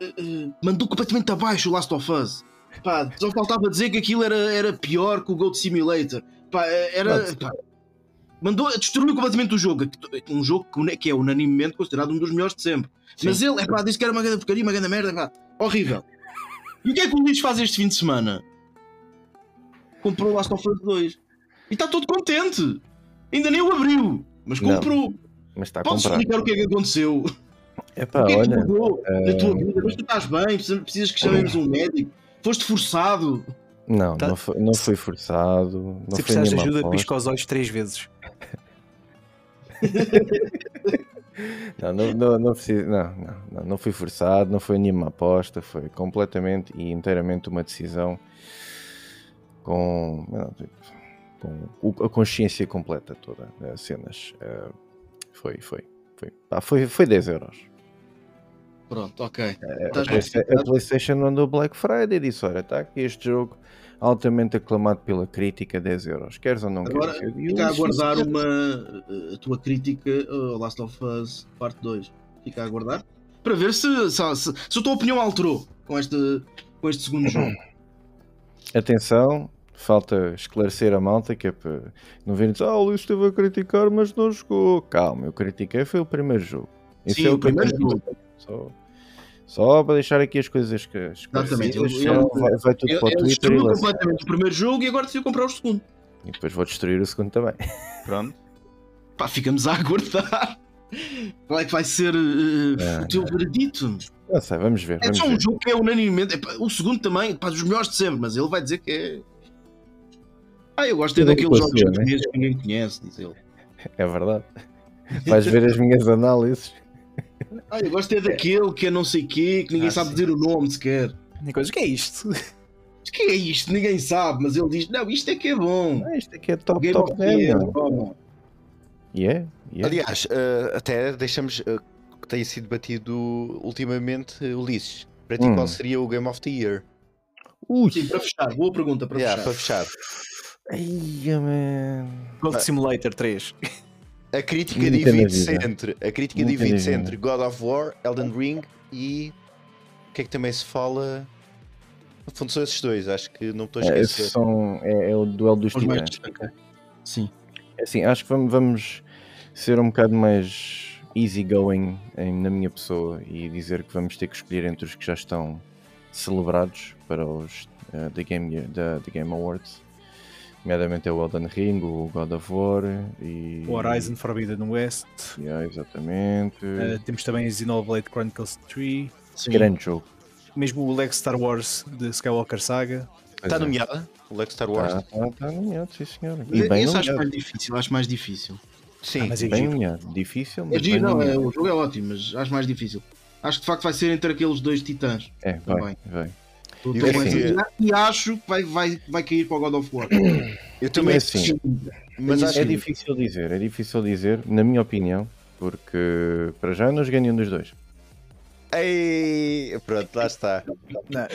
[SPEAKER 3] eh, eh, mandou completamente abaixo o Last of Us. Pá, só faltava dizer que aquilo era, era pior que o Goat Simulator. Pá, eh, era,
[SPEAKER 2] Pode.
[SPEAKER 3] pá, mandou, destruiu completamente o jogo. Um jogo que, une- que é unanimemente considerado um dos melhores de sempre. Mas ele epá, disse que era uma grande porcaria, uma grande merda. Pá, horrível. E o que é que o Ulisses faz este fim de semana? Comprou o Last of Us 2. E está todo contente. Ainda nem o abriu. Mas
[SPEAKER 2] Não.
[SPEAKER 3] comprou.
[SPEAKER 2] Mas está a
[SPEAKER 3] Podes
[SPEAKER 2] comprar.
[SPEAKER 3] explicar o que é que aconteceu?
[SPEAKER 2] Epá,
[SPEAKER 3] o que é que
[SPEAKER 2] olha,
[SPEAKER 3] mudou na tua
[SPEAKER 2] eh,
[SPEAKER 3] vida? Mas tu estás bem, precisa- precisas que chamemos um médico. Foste forçado.
[SPEAKER 2] Não,
[SPEAKER 4] Tá-
[SPEAKER 2] não, foi, não foi forçado. Não foi
[SPEAKER 4] Se precisares de
[SPEAKER 2] nenhuma
[SPEAKER 4] ajuda,
[SPEAKER 2] aposta.
[SPEAKER 4] pisca os olhos três vezes.
[SPEAKER 2] Não, não, não, não, precisa- não, não, não, não foi forçado, não foi nenhuma aposta, foi completamente e inteiramente uma decisão com, não, tipo, com o- a consciência completa toda das cenas. Eh, foi, foi, foi. Pá, foi, foi 10 euros. É,
[SPEAKER 3] Pronto, ok.
[SPEAKER 2] A
[SPEAKER 3] Estás
[SPEAKER 2] Playsta- a PlayStation mandou Black Friday e disse: Olha, está aqui este jogo altamente aclamado pela crítica, 10 euros. Queres ou não
[SPEAKER 3] Agora,
[SPEAKER 2] queres? Eu- eu
[SPEAKER 3] Fica a
[SPEAKER 2] disse,
[SPEAKER 3] aguardar uma, eh, a tua crítica ao Last of Us Parte 2. Fica a aguardar para ver se, se, se, se a tua opinião alterou com este, com este segundo jogo.
[SPEAKER 2] Atenção, falta esclarecer a malta que é para não virem dizer, ah, o Luís esteve a criticar, mas não jogou. Calma, eu critiquei, foi o primeiro jogo. Isso
[SPEAKER 3] Sim,
[SPEAKER 2] é
[SPEAKER 3] o primeiro
[SPEAKER 2] que eu tenho. Só, só para deixar aqui as coisas que
[SPEAKER 3] Exatamente,
[SPEAKER 2] esclarecidas,
[SPEAKER 3] eu- eu-
[SPEAKER 2] senão vai, vai tudo
[SPEAKER 3] Eu,
[SPEAKER 2] para o
[SPEAKER 3] eu
[SPEAKER 2] Twitter e,
[SPEAKER 3] destruí
[SPEAKER 2] lá-
[SPEAKER 3] completamente o primeiro jogo e agora decidi comprar o segundo.
[SPEAKER 2] e depois vou destruir o segundo também.
[SPEAKER 1] Pronto.
[SPEAKER 3] Pá, ficamos a aguardar. Qual é que vai ser eh,
[SPEAKER 2] Ah,
[SPEAKER 3] o teu veredito?
[SPEAKER 2] Não sei, vamos ver.
[SPEAKER 3] É
[SPEAKER 2] vamos
[SPEAKER 3] só
[SPEAKER 2] ver.
[SPEAKER 3] um jogo que é unanimemente. epá, o segundo também, pá, dos melhores de sempre, mas ele vai dizer que é. Ah, eu gosto é
[SPEAKER 2] Tudo bem
[SPEAKER 3] daqueles
[SPEAKER 2] com a
[SPEAKER 3] jogos
[SPEAKER 2] sua, né?
[SPEAKER 3] japoneses que ninguém conhece, diz ele.
[SPEAKER 2] É verdade. Vais ver as minhas análises.
[SPEAKER 3] Ah, eu gosto é daquele que é não sei quê, que ninguém
[SPEAKER 4] Ah,
[SPEAKER 3] sabe
[SPEAKER 4] sim.
[SPEAKER 3] dizer o nome sequer.
[SPEAKER 4] Minha coisa, o que é isto?
[SPEAKER 3] Mas que é isto? Ninguém sabe, mas ele diz: não, isto é que é bom.
[SPEAKER 2] Ah, isto aqui é top,
[SPEAKER 3] Game
[SPEAKER 2] top
[SPEAKER 3] of the
[SPEAKER 2] game.
[SPEAKER 3] Year,
[SPEAKER 2] meu.
[SPEAKER 3] toma.
[SPEAKER 2] Yeah, yeah.
[SPEAKER 1] Aliás, eh, até deixamos eh, que tenha sido batido ultimamente eh, Ulisses. Para ti,
[SPEAKER 2] Hum.
[SPEAKER 1] qual seria o Game of the Year?
[SPEAKER 2] Ui,
[SPEAKER 3] Sim, para fechar, boa pergunta para
[SPEAKER 1] Yeah,
[SPEAKER 3] fechar.
[SPEAKER 1] para fechar.
[SPEAKER 2] Ai, man.
[SPEAKER 4] Gold Simulator 3.
[SPEAKER 1] A crítica
[SPEAKER 2] Nunca na
[SPEAKER 1] divide-se
[SPEAKER 2] vida.
[SPEAKER 1] entre. A crítica
[SPEAKER 2] Nunca na
[SPEAKER 1] divide-se
[SPEAKER 2] vida.
[SPEAKER 1] entre God of War, Elden Ring e. O que é que também se fala? No fundo são esses dois, acho que não me estou a
[SPEAKER 2] É,
[SPEAKER 1] esquecer.
[SPEAKER 2] esses são, é, é o duelo dos
[SPEAKER 3] Os mais
[SPEAKER 2] titãs. É
[SPEAKER 3] destacados. Sim.
[SPEAKER 2] Assim, acho que vamos, vamos ser um bocado mais easygoing em- na minha pessoa e dizer que vamos ter que escolher entre os que já estão celebrados para os eh, The, Game, Year- da The Game Awards. Nomeadamente é o Elden Ring, o God of War e.
[SPEAKER 4] O Horizon Forbidden West.
[SPEAKER 2] Yeah, exatamente.
[SPEAKER 3] É,
[SPEAKER 4] eh, temos também Xenoblade Chronicles 3.
[SPEAKER 2] Grande jogo.
[SPEAKER 4] Mesmo o Lego Star Wars de Skywalker Saga.
[SPEAKER 3] Tá
[SPEAKER 1] Está Tá nomeada? O Lex Star Wars?
[SPEAKER 2] Está é. tá nomeado, sim senhor. E
[SPEAKER 3] Esse
[SPEAKER 2] bem
[SPEAKER 3] acho
[SPEAKER 2] nomeado.
[SPEAKER 3] mais difícil, acho mais difícil.
[SPEAKER 1] Sim.
[SPEAKER 4] Ah, mas é
[SPEAKER 2] Bem
[SPEAKER 4] giro.
[SPEAKER 2] nomeado. Difícil, mas.
[SPEAKER 3] É giro,
[SPEAKER 2] bem
[SPEAKER 3] não, é,
[SPEAKER 2] nomeado.
[SPEAKER 3] o jogo é ótimo, mas acho mais difícil. Acho que de facto vai ser entre aqueles dois titãs.
[SPEAKER 2] É, vai,
[SPEAKER 3] Também.
[SPEAKER 2] vai.
[SPEAKER 3] Tô-
[SPEAKER 1] E
[SPEAKER 3] tô
[SPEAKER 1] assim-
[SPEAKER 3] mais entusiasmado E acho que vai, vai, vai cair para o God of War.
[SPEAKER 1] Eu também.
[SPEAKER 2] É assim.
[SPEAKER 1] Mas acho
[SPEAKER 2] É
[SPEAKER 1] que
[SPEAKER 2] difícil dizer, é difícil dizer, na minha opinião, porque para já não joguei nenhum dos dois.
[SPEAKER 1] Ei, pronto, lá está.
[SPEAKER 4] Não,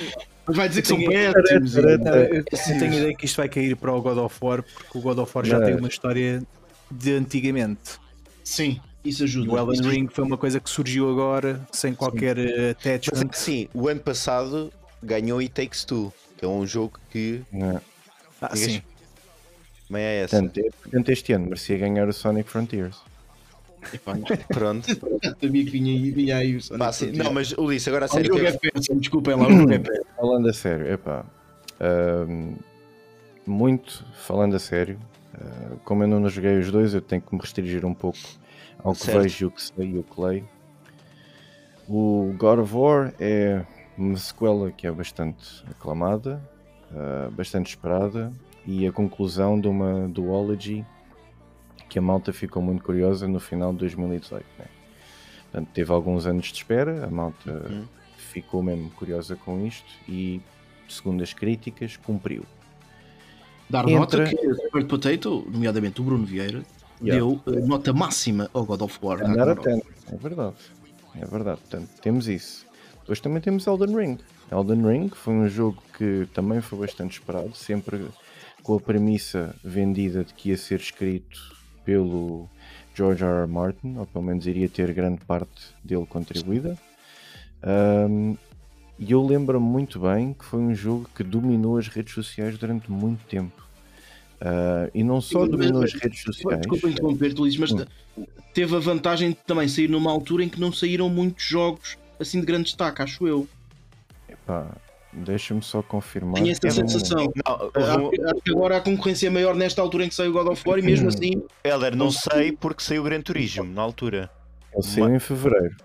[SPEAKER 3] Mas vai dizer que são
[SPEAKER 4] Sim,
[SPEAKER 3] péssimos.
[SPEAKER 4] Não, eu eu tenho a ideia que isto vai cair para o God of War, porque o God of War já
[SPEAKER 2] Mas-
[SPEAKER 4] tem uma história de antigamente.
[SPEAKER 3] Sim, isso
[SPEAKER 4] E
[SPEAKER 3] ajuda.
[SPEAKER 4] o Elden
[SPEAKER 3] Isso-
[SPEAKER 4] Ring foi uma coisa que surgiu agora, sem qualquer eh,
[SPEAKER 1] Mas é
[SPEAKER 4] attachment.
[SPEAKER 1] que sim, o ano passado ganhou e Takes Two, que é um jogo que
[SPEAKER 2] Não é?
[SPEAKER 4] Ah, sim.
[SPEAKER 1] também é essa.
[SPEAKER 2] Portanto, é- portanto, este ano merecia ganhar o Sonic Frontiers.
[SPEAKER 1] Epá, Pronto.
[SPEAKER 3] Sabia que vinha aí, vinha aí o Sonic
[SPEAKER 1] Pá, sim.
[SPEAKER 3] Frontier.
[SPEAKER 1] Não, mas Ulisses, agora a
[SPEAKER 3] O
[SPEAKER 1] sério.
[SPEAKER 3] jogo é
[SPEAKER 1] teve-
[SPEAKER 3] péssimo, desculpem lá, o jogo é péssimo.
[SPEAKER 2] Falando a sério, epá, hum, muito falando a sério, uh, como eu não joguei os dois, eu tenho que me restringir um pouco ao que
[SPEAKER 1] Certo.
[SPEAKER 2] vejo, o que sei e o que leio. O God of War é uma sequela que é bastante aclamada, uh, bastante esperada, e a conclusão de uma duology que a malta ficou muito curiosa no final de 2018. Né? Portanto, teve alguns anos de espera, a malta
[SPEAKER 1] Uhum.
[SPEAKER 2] ficou mesmo curiosa com isto e, segundo as críticas, cumpriu.
[SPEAKER 3] Dar
[SPEAKER 2] Entra-
[SPEAKER 3] nota que o Super Potato, nomeadamente o Bruno Vieira,
[SPEAKER 2] Yeah.
[SPEAKER 3] deu eh, nota máxima ao God of War.
[SPEAKER 2] Andar a tanto. É verdade. É verdade. Portanto, temos isso. Depois também temos Elden Ring. Elden Ring foi um jogo que também foi bastante esperado, sempre com a premissa vendida de que ia ser escrito pelo George R. R. Martin, ou pelo menos iria ter grande parte dele contribuída. Ahm, e eu lembro-me muito bem que foi um jogo que dominou as redes sociais durante muito tempo. Ah, e não só
[SPEAKER 3] Mas-
[SPEAKER 2] dominou
[SPEAKER 3] mas-
[SPEAKER 2] as redes sociais.
[SPEAKER 3] Desculpa interromper-te, Luís, mas
[SPEAKER 2] Hum.
[SPEAKER 3] te- teve a vantagem de também sair numa altura em que não saíram muitos jogos assim de grande destaque, acho eu.
[SPEAKER 2] Pá, deixa-me só confirmar.
[SPEAKER 3] Tenho essa
[SPEAKER 2] É,
[SPEAKER 3] sensação.
[SPEAKER 1] Não,
[SPEAKER 3] Acho
[SPEAKER 1] o-
[SPEAKER 3] que- acho que agora a concorrência é maior nesta altura em que saiu o God of War e
[SPEAKER 2] Hum,
[SPEAKER 3] mesmo assim
[SPEAKER 1] Heller, não sei porque saiu o Gran Turismo na altura.
[SPEAKER 2] Ele saiu em fevereiro.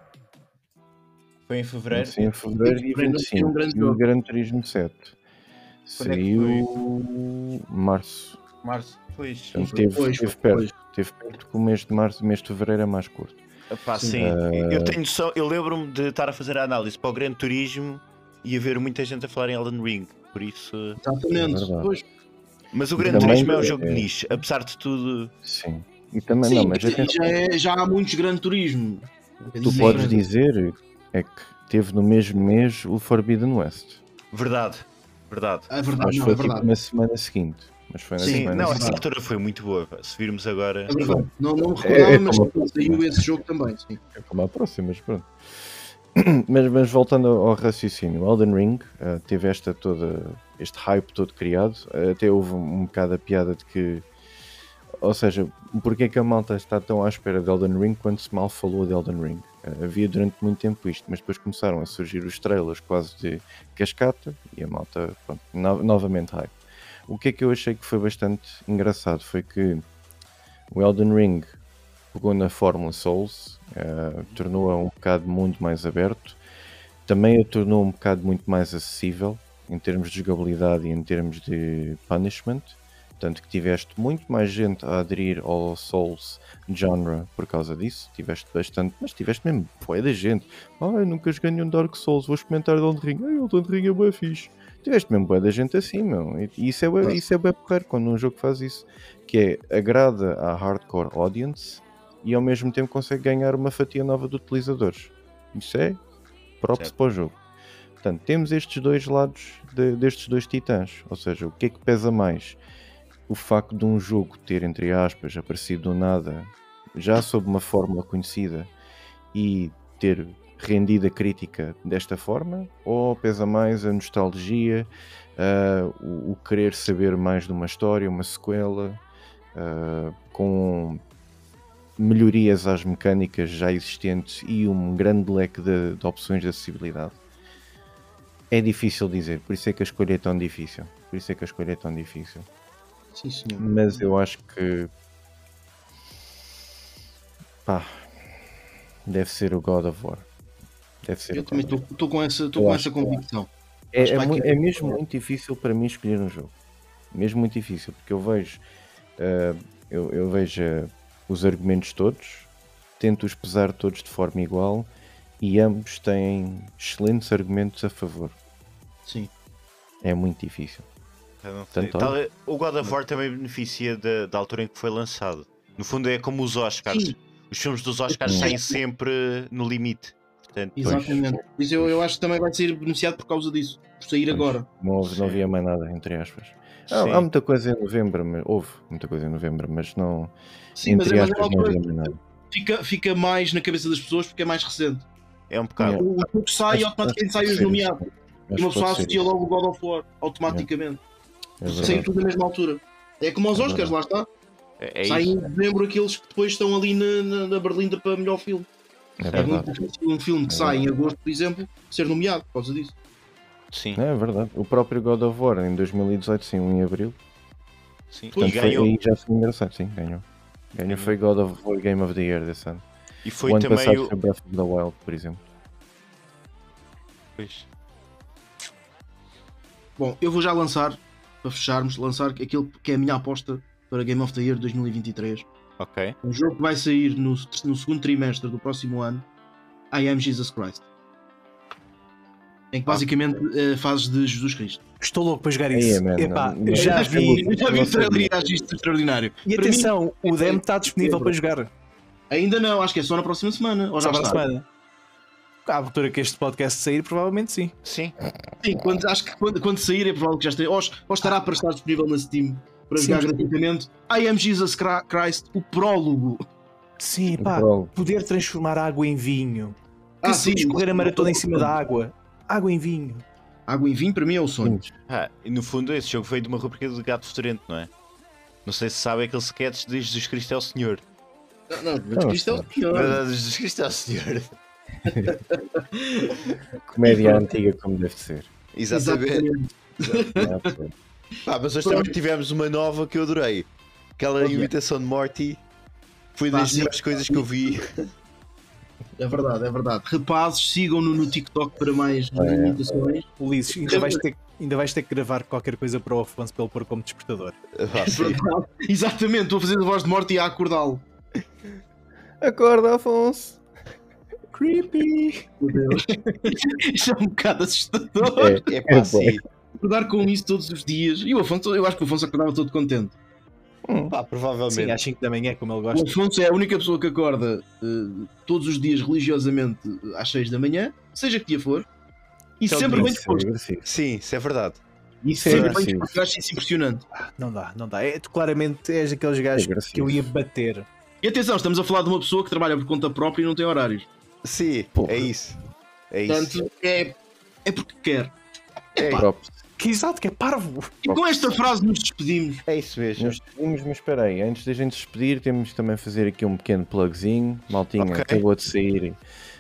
[SPEAKER 1] Foi em
[SPEAKER 2] Ele
[SPEAKER 1] fevereiro?
[SPEAKER 2] saiu em fevereiro de
[SPEAKER 3] Fevereiro
[SPEAKER 2] 25.
[SPEAKER 3] saiu um grande
[SPEAKER 2] e o
[SPEAKER 3] jogo.
[SPEAKER 2] Gran Turismo 7.
[SPEAKER 1] Quando é que
[SPEAKER 2] Saiu em março.
[SPEAKER 1] Março. Pois.
[SPEAKER 2] Portanto, teve,
[SPEAKER 3] Pois,
[SPEAKER 2] teve
[SPEAKER 3] pois.
[SPEAKER 2] perto. Teve perto que o mês de março, o mês de fevereiro é mais curto.
[SPEAKER 1] Epá, sim. Eu tenho noção, eu lembro-me de estar a fazer a análise para o Gran Turismo e haver muita gente a falar em Elden Ring. Por isso.
[SPEAKER 3] exatamente.
[SPEAKER 2] É verdade.
[SPEAKER 3] Pois,
[SPEAKER 1] Mas o Gran
[SPEAKER 2] Também
[SPEAKER 1] Turismo é um
[SPEAKER 2] é-
[SPEAKER 1] jogo de nicho, apesar de tudo.
[SPEAKER 2] Sim. E também
[SPEAKER 3] sim,
[SPEAKER 2] não, mas
[SPEAKER 3] e
[SPEAKER 2] atenção,
[SPEAKER 3] já, é- já há muitos Gran Turismo.
[SPEAKER 2] tu
[SPEAKER 3] Sim.
[SPEAKER 2] podes dizer é que teve no mesmo mês o Forbidden West.
[SPEAKER 1] Verdade. Verdade.
[SPEAKER 3] É
[SPEAKER 2] Mas
[SPEAKER 3] verdade, não,
[SPEAKER 2] foi
[SPEAKER 3] é
[SPEAKER 2] tipo
[SPEAKER 3] verdade.
[SPEAKER 2] na semana seguinte. Mas foi na
[SPEAKER 3] Sim,
[SPEAKER 2] semana
[SPEAKER 1] Não, essa
[SPEAKER 2] seguinte.
[SPEAKER 1] altura foi muito boa. pá. Se virmos agora.
[SPEAKER 3] É verdade. Não, não me
[SPEAKER 2] É-
[SPEAKER 3] recordava,
[SPEAKER 2] é
[SPEAKER 3] mas
[SPEAKER 2] como-
[SPEAKER 3] saiu esse jogo também. Sim.
[SPEAKER 2] É como a próxima, mas pronto. Mas, mas voltando ao ao raciocínio, Elden Ring eh, teve esta toda, este hype todo criado. Eh, até houve um, um bocado a piada de que. Ou seja, porque é que a malta está tão à espera de Elden Ring quando se mal falou de Elden Ring? Eh, havia durante muito tempo isto, mas depois começaram a surgir os trailers quase de cascata e a malta, pronto, no- novamente hype. O que é que eu achei que foi bastante engraçado foi que o Elden Ring pegou na Fórmula Souls, eh, tornou-a um bocado muito mais aberto, também a tornou um bocado muito mais acessível em termos de jogabilidade e em termos de punishment. Portanto, que tiveste muito mais gente a aderir ao Souls genre por causa disso. Tiveste bastante, mas tiveste mesmo foi da gente. Ah, eu nunca joguei nenhum Dark Souls, vou experimentar Elden Ring. Ah, Elden Ring é bué fixe. Tiveste mesmo bué da gente assim, meu. E- E isso é bué, isso é bué porreiro quando um jogo faz isso. Que é, agrada à hardcore audience e ao mesmo tempo consegue ganhar uma fatia nova de utilizadores. Isso é props
[SPEAKER 1] Certo.
[SPEAKER 2] para o jogo. Portanto, temos estes dois lados de- destes dois titãs. Ou seja, o que é que pesa mais? O facto de um jogo ter, entre aspas, aparecido do nada, já sob uma fórmula conhecida e ter rendido a crítica desta forma? Ou pesa mais a nostalgia, ah, o, o querer saber mais de uma história, uma sequela, ah, com melhorias às mecânicas já existentes e um grande leque de, de opções de acessibilidade. É difícil dizer, por isso é que a escolha é tão difícil. Por isso é que a escolha é tão difícil.
[SPEAKER 3] Sim, senhor.
[SPEAKER 2] Mas eu acho que. Pá. Deve ser o God of War. Deve ser
[SPEAKER 3] Eu
[SPEAKER 2] o
[SPEAKER 3] também
[SPEAKER 2] God of War.
[SPEAKER 3] estou com essa, tô
[SPEAKER 2] Eu
[SPEAKER 3] com
[SPEAKER 2] acho
[SPEAKER 3] essa convicção.
[SPEAKER 2] É,
[SPEAKER 3] Acho que
[SPEAKER 2] é
[SPEAKER 3] vai
[SPEAKER 2] mu-
[SPEAKER 3] aqui-
[SPEAKER 2] é mesmo muito difícil para mim escolher um jogo. Mesmo muito difícil, porque eu vejo, ah, eu, eu vejo ah, os argumentos todos, tento-os pesar todos de forma igual e ambos têm excelentes argumentos a favor.
[SPEAKER 3] Sim.
[SPEAKER 2] É muito difícil.
[SPEAKER 1] Eu não sei.
[SPEAKER 2] Tanto-
[SPEAKER 1] Tal- o God of War também beneficia da, da altura em que foi lançado. No fundo é como os Oscars.
[SPEAKER 3] Sim.
[SPEAKER 1] Os filmes dos Oscars
[SPEAKER 2] Sim.
[SPEAKER 1] saem sempre no limite. Portanto,
[SPEAKER 3] Exatamente. Mas eu, eu acho que também vai ser beneficiado por causa disso. Por sair
[SPEAKER 2] Pois.
[SPEAKER 3] agora.
[SPEAKER 2] Não, houve, não
[SPEAKER 1] Sim.
[SPEAKER 2] havia mais nada, entre aspas. Há,
[SPEAKER 1] Sim.
[SPEAKER 2] há muita coisa em novembro, mas, houve muita coisa em novembro, mas não.
[SPEAKER 3] Sim, mas,
[SPEAKER 2] entre
[SPEAKER 3] mas é uma
[SPEAKER 2] aspas, não
[SPEAKER 3] altura
[SPEAKER 2] havia mais nada.
[SPEAKER 3] que fica, fica mais na cabeça das pessoas porque é mais recente.
[SPEAKER 1] é um bocado.
[SPEAKER 3] O jogo sai e automaticamente sai os
[SPEAKER 2] Acho que pode
[SPEAKER 3] nomeados.
[SPEAKER 2] ser isso.
[SPEAKER 3] E
[SPEAKER 2] Acho que
[SPEAKER 3] uma pessoa
[SPEAKER 2] pode ser
[SPEAKER 3] associa
[SPEAKER 2] isso.
[SPEAKER 3] logo o God of War, automaticamente.
[SPEAKER 2] É
[SPEAKER 3] Saiu
[SPEAKER 2] verdade.
[SPEAKER 3] tudo na mesma altura. É como aos
[SPEAKER 2] É
[SPEAKER 3] Oscars,
[SPEAKER 2] verdade.
[SPEAKER 3] lá está.
[SPEAKER 1] É, é
[SPEAKER 3] Saem
[SPEAKER 1] isso.
[SPEAKER 3] em dezembro aqueles que depois estão ali na, na, na Berlinda para melhor filme.
[SPEAKER 2] É
[SPEAKER 3] É
[SPEAKER 2] verdade.
[SPEAKER 3] muito difícil um filme que
[SPEAKER 2] É
[SPEAKER 3] sai em agosto, por exemplo, ser nomeado por causa disso.
[SPEAKER 1] Sim,
[SPEAKER 2] Não, é verdade. O próprio God of War em 2018, sim, um em abril.
[SPEAKER 1] sim. E
[SPEAKER 3] Pois,
[SPEAKER 2] Portanto, foi,
[SPEAKER 1] ganhou.
[SPEAKER 2] aí já foi engraçado, sim, ganhou. Ganhou foi God of War Game of the Year desse ano.
[SPEAKER 1] E foi
[SPEAKER 2] o ano
[SPEAKER 1] também
[SPEAKER 2] passado
[SPEAKER 1] o.
[SPEAKER 2] foi Breath of the Wild, por exemplo.
[SPEAKER 1] Pois.
[SPEAKER 3] Bom, eu vou já lançar, para fecharmos, lançar aquilo que é a minha aposta para Game of the Year 2023.
[SPEAKER 1] Ok.
[SPEAKER 3] Um jogo que vai sair no, no segundo trimestre do próximo ano, I Am Jesus Christ. Em
[SPEAKER 2] Ah.
[SPEAKER 3] que basicamente eh, fazes de Jesus Cristo.
[SPEAKER 4] Estou louco para jogar
[SPEAKER 2] É,
[SPEAKER 4] isso.
[SPEAKER 2] man,
[SPEAKER 4] Epá,
[SPEAKER 2] não- não-
[SPEAKER 4] já
[SPEAKER 2] não-
[SPEAKER 4] vi.
[SPEAKER 2] não-
[SPEAKER 3] Eu já vi o
[SPEAKER 2] não sabia.
[SPEAKER 3] trailer e acho isto extraordinário.
[SPEAKER 4] E
[SPEAKER 3] Para mim,
[SPEAKER 4] atenção, o
[SPEAKER 3] é-
[SPEAKER 4] demo está disponível para jogar.
[SPEAKER 3] ainda não, acho que é só na próxima semana. Ou já
[SPEAKER 4] Só para a
[SPEAKER 3] está.
[SPEAKER 4] semana. À altura que este podcast sair, provavelmente sim.
[SPEAKER 1] Sim.
[SPEAKER 3] Sim, quando, acho que quando, quando sair é provável que já esteja. Ou, ou estará para estar disponível na Steam para
[SPEAKER 4] Sim.
[SPEAKER 3] jogar gratuitamente. I Am Jesus Cra- Christ, o prólogo.
[SPEAKER 2] Um
[SPEAKER 4] Sim, pá.
[SPEAKER 2] Prol,
[SPEAKER 4] Poder transformar água em vinho. Ah, sim. Escorrer a maratona em cima da água. Água em vinho.
[SPEAKER 3] Água em vinho para mim é o sonho.
[SPEAKER 2] sim.
[SPEAKER 1] Ah, e no fundo esse jogo veio de uma rubrica de gato fedorento, não é? Não sei se sabe aquele sketch de Jesus Cristo é o Senhor.
[SPEAKER 3] Não, não, mas
[SPEAKER 2] Não,
[SPEAKER 3] isto é o
[SPEAKER 2] não.
[SPEAKER 1] Na
[SPEAKER 3] pior.
[SPEAKER 1] verdade, Jesus Cristo é o Senhor.
[SPEAKER 2] Comédia antiga como deve ser.
[SPEAKER 1] Exatamente.
[SPEAKER 2] Já, pô.
[SPEAKER 1] Pá, mas hoje também tivemos uma nova que eu adorei. Aquela
[SPEAKER 3] Ok.
[SPEAKER 1] imitação de Morty. Foi
[SPEAKER 3] é. Pá,
[SPEAKER 1] das
[SPEAKER 3] sim.
[SPEAKER 1] melhores coisas que eu vi.
[SPEAKER 3] É verdade, é verdade. Rapazes, sigam-no no TikTok para mais limitações.
[SPEAKER 4] Ulisses, ainda vais, ter, ainda vais ter que gravar qualquer coisa para o Afonso pelo pôr como despertador.
[SPEAKER 1] Pá, sim.
[SPEAKER 3] Exatamente, estou a fazer a voz de morte e a acordá-lo.
[SPEAKER 2] Acorda, Afonso!
[SPEAKER 4] Creepy!
[SPEAKER 3] Meu Deus. Isto é um bocado assustador.
[SPEAKER 2] É,
[SPEAKER 1] É pá, sim.
[SPEAKER 3] Acordar com isso todos os dias. E o Afonso, eu acho que o Afonso acordava todo contente.
[SPEAKER 1] Pá,
[SPEAKER 4] Sim,
[SPEAKER 1] provavelmente.
[SPEAKER 4] às 5 da manhã, como ele
[SPEAKER 3] O
[SPEAKER 4] gosta.
[SPEAKER 3] Afonso é a única pessoa que acorda eh, todos os dias religiosamente eh, às 6 da manhã, seja que dia for, e
[SPEAKER 1] Isso é
[SPEAKER 3] sempre
[SPEAKER 1] um
[SPEAKER 3] bem
[SPEAKER 2] isso é
[SPEAKER 3] disposto.
[SPEAKER 2] agressivo.
[SPEAKER 1] Sim, isso é verdade.
[SPEAKER 2] Isso é
[SPEAKER 3] Sempre bem
[SPEAKER 2] agressivo.
[SPEAKER 3] disposto. Eu acho isso impressionante.
[SPEAKER 4] Não dá, não dá. É, tu claramente és aqueles gajos
[SPEAKER 2] agressivo.
[SPEAKER 4] que eu ia bater.
[SPEAKER 3] E atenção, estamos a falar de uma pessoa que trabalha por conta própria e não tem horários.
[SPEAKER 1] Sim,
[SPEAKER 2] Porra.
[SPEAKER 1] é isso. É isso.
[SPEAKER 3] Portanto, é, é porque quer.
[SPEAKER 1] É,
[SPEAKER 2] Props.
[SPEAKER 4] Que exato, que é parvo!
[SPEAKER 3] E com esta frase nos despedimos.
[SPEAKER 1] é isso mesmo.
[SPEAKER 2] Nos despedimos, mas espera aí, antes da gente despedir, temos também a fazer aqui um pequeno plugzinho. Maltinha,
[SPEAKER 1] Ok.
[SPEAKER 2] acabou de sair,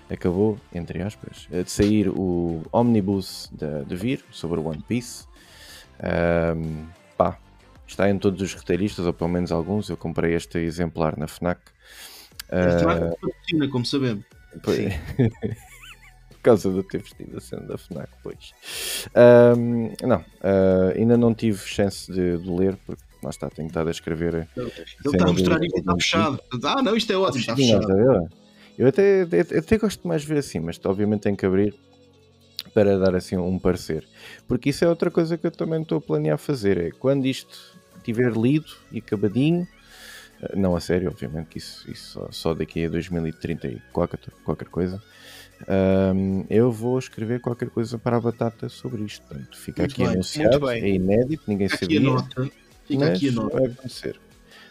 [SPEAKER 2] acabou, entre aspas, eh, de sair o Omnibus da de Vir sobre o One Piece. Ahm, pá, está em todos os retalhistas, ou pelo menos alguns. Eu comprei este exemplar na Fnac. Ah,
[SPEAKER 3] Esta frase patrocina, como sabemos.
[SPEAKER 2] Pois.
[SPEAKER 1] Sim.
[SPEAKER 2] Por causa de eu ter vestido a cena da FNAC, pois. Ahm, não, ah, ainda não tive chance de, de ler, porque lá está, tenho estado a escrever.
[SPEAKER 3] Ele
[SPEAKER 2] Sem
[SPEAKER 3] está a mostrar
[SPEAKER 2] dúvida,
[SPEAKER 3] isto e está
[SPEAKER 2] sim.
[SPEAKER 3] fechado. Ah, não, isto é ótimo, está
[SPEAKER 2] Sim,
[SPEAKER 3] fechado.
[SPEAKER 2] estás a ver? Eu até, até, até gosto de mais ver assim, mas obviamente tenho que abrir para dar assim um parecer. Porque isso é outra coisa que eu também estou a planear fazer. É quando isto tiver lido e acabadinho, ah, não a sério, obviamente, que isso, isso só, só daqui a 2030 e qualquer, qualquer coisa. Ahm, eu vou escrever qualquer coisa para a batata sobre isto. Portanto, fica
[SPEAKER 3] Muito
[SPEAKER 2] aqui
[SPEAKER 3] bem,
[SPEAKER 2] anunciado,
[SPEAKER 1] muito bem.
[SPEAKER 2] é inédito, ninguém
[SPEAKER 3] Fica aqui
[SPEAKER 2] sabia.
[SPEAKER 3] a nota. Fica
[SPEAKER 2] mas
[SPEAKER 3] aqui a nota.
[SPEAKER 2] vai acontecer.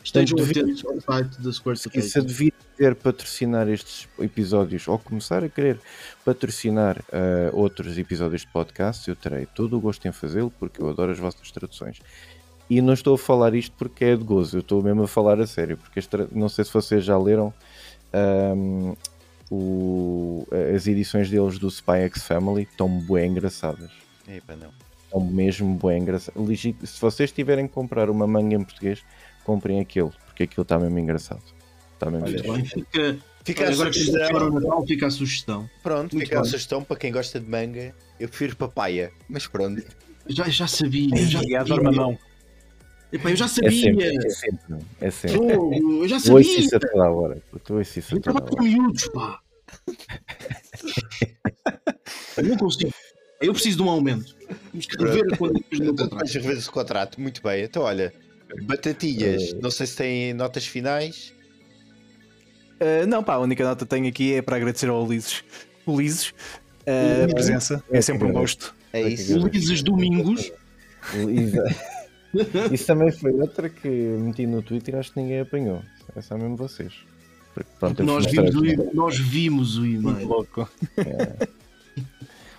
[SPEAKER 3] Estejam
[SPEAKER 2] devido-
[SPEAKER 3] atentos ao site da Square
[SPEAKER 2] que se a
[SPEAKER 3] Entertainment.
[SPEAKER 2] devia quiser patrocinar estes episódios ou começar a querer patrocinar ah, outros episódios de podcast, eu terei todo o gosto em fazê-lo porque eu adoro as vossas traduções. E não estou a falar isto porque é de gozo, eu estou mesmo a falar a sério, porque as tra- não sei se vocês já leram ahm, o- as edições deles do Spy X Family, estão bem engraçadas.
[SPEAKER 1] Epa, não.
[SPEAKER 2] Estão É mesmo bem engraçadas. Legi- Se vocês tiverem que comprar uma manga em português, comprem aquilo, porque aquilo está mesmo engraçado. Está mesmo
[SPEAKER 1] Olha,
[SPEAKER 2] fixe.
[SPEAKER 3] Bem, fica,
[SPEAKER 1] Fica a
[SPEAKER 3] agora que é
[SPEAKER 1] sugestão.
[SPEAKER 3] para o Natal, fica a sugestão.
[SPEAKER 1] Pronto, é
[SPEAKER 3] Muito
[SPEAKER 1] fica a
[SPEAKER 3] bem.
[SPEAKER 1] sugestão para quem gosta de manga. Eu prefiro papaya, mas pronto.
[SPEAKER 3] Já, já sabia,
[SPEAKER 4] É
[SPEAKER 3] eu já
[SPEAKER 4] E adoro
[SPEAKER 3] sabia.
[SPEAKER 4] mamão.
[SPEAKER 3] Epá, eu já
[SPEAKER 2] É
[SPEAKER 3] sabia.
[SPEAKER 2] sempre, é sempre, é sempre.
[SPEAKER 3] Fogo, eu já
[SPEAKER 2] Eu ouço
[SPEAKER 3] sabia.
[SPEAKER 2] isso a toda a hora. puto, Eu ouço isso a
[SPEAKER 3] Eu
[SPEAKER 2] toda a
[SPEAKER 3] trabalho com
[SPEAKER 2] hora.
[SPEAKER 3] miúdos, pá. Eu não consigo. Eu preciso de um aumento. Vamos rever é a quantias do meu
[SPEAKER 1] Então,
[SPEAKER 3] contrato.
[SPEAKER 1] depois revezes o contrato, muito bem. Então, olha, batatinhas,
[SPEAKER 3] Eh,
[SPEAKER 1] não sei se têm notas finais.
[SPEAKER 4] Ah, não, pá, a única nota que tenho aqui é para agradecer ao Ulisses, Ulisses ah, a presença. É sempre um gosto.
[SPEAKER 1] É isso.
[SPEAKER 3] Ulisses Domingos.
[SPEAKER 2] Isa- Isso também foi outra que meti no Twitter e acho que ninguém apanhou. É só mesmo vocês. Porque, pronto, eu
[SPEAKER 3] Nós
[SPEAKER 2] fui
[SPEAKER 3] vimos, o,
[SPEAKER 2] mostrar
[SPEAKER 3] e- nós vimos o e-mail.
[SPEAKER 4] Louco.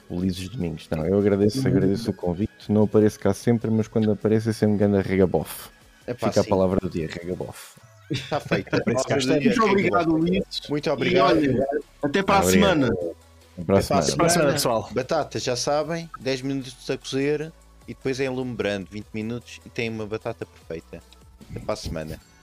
[SPEAKER 2] o Ulisses Domingos. Não, eu agradeço, agradeço o convite. Não apareço cá sempre, mas quando apareço é sempre ganda regabof.
[SPEAKER 1] Epá,
[SPEAKER 2] Fica a
[SPEAKER 1] sim,
[SPEAKER 2] palavra do dia, regabof.
[SPEAKER 1] Está feito. é
[SPEAKER 4] Parece que há
[SPEAKER 3] Muito obrigado, Ulisses.
[SPEAKER 1] Muito
[SPEAKER 3] E
[SPEAKER 1] obrigado.
[SPEAKER 3] olha, até para a
[SPEAKER 2] Obrigado.
[SPEAKER 3] semana. É
[SPEAKER 2] Até para a semana.
[SPEAKER 4] Para a semana, pessoal.
[SPEAKER 1] Batatas, já sabem, 10 minutos a cozer e depois é em lume brando, 20 minutos e tem uma batata perfeita. Até para a semana.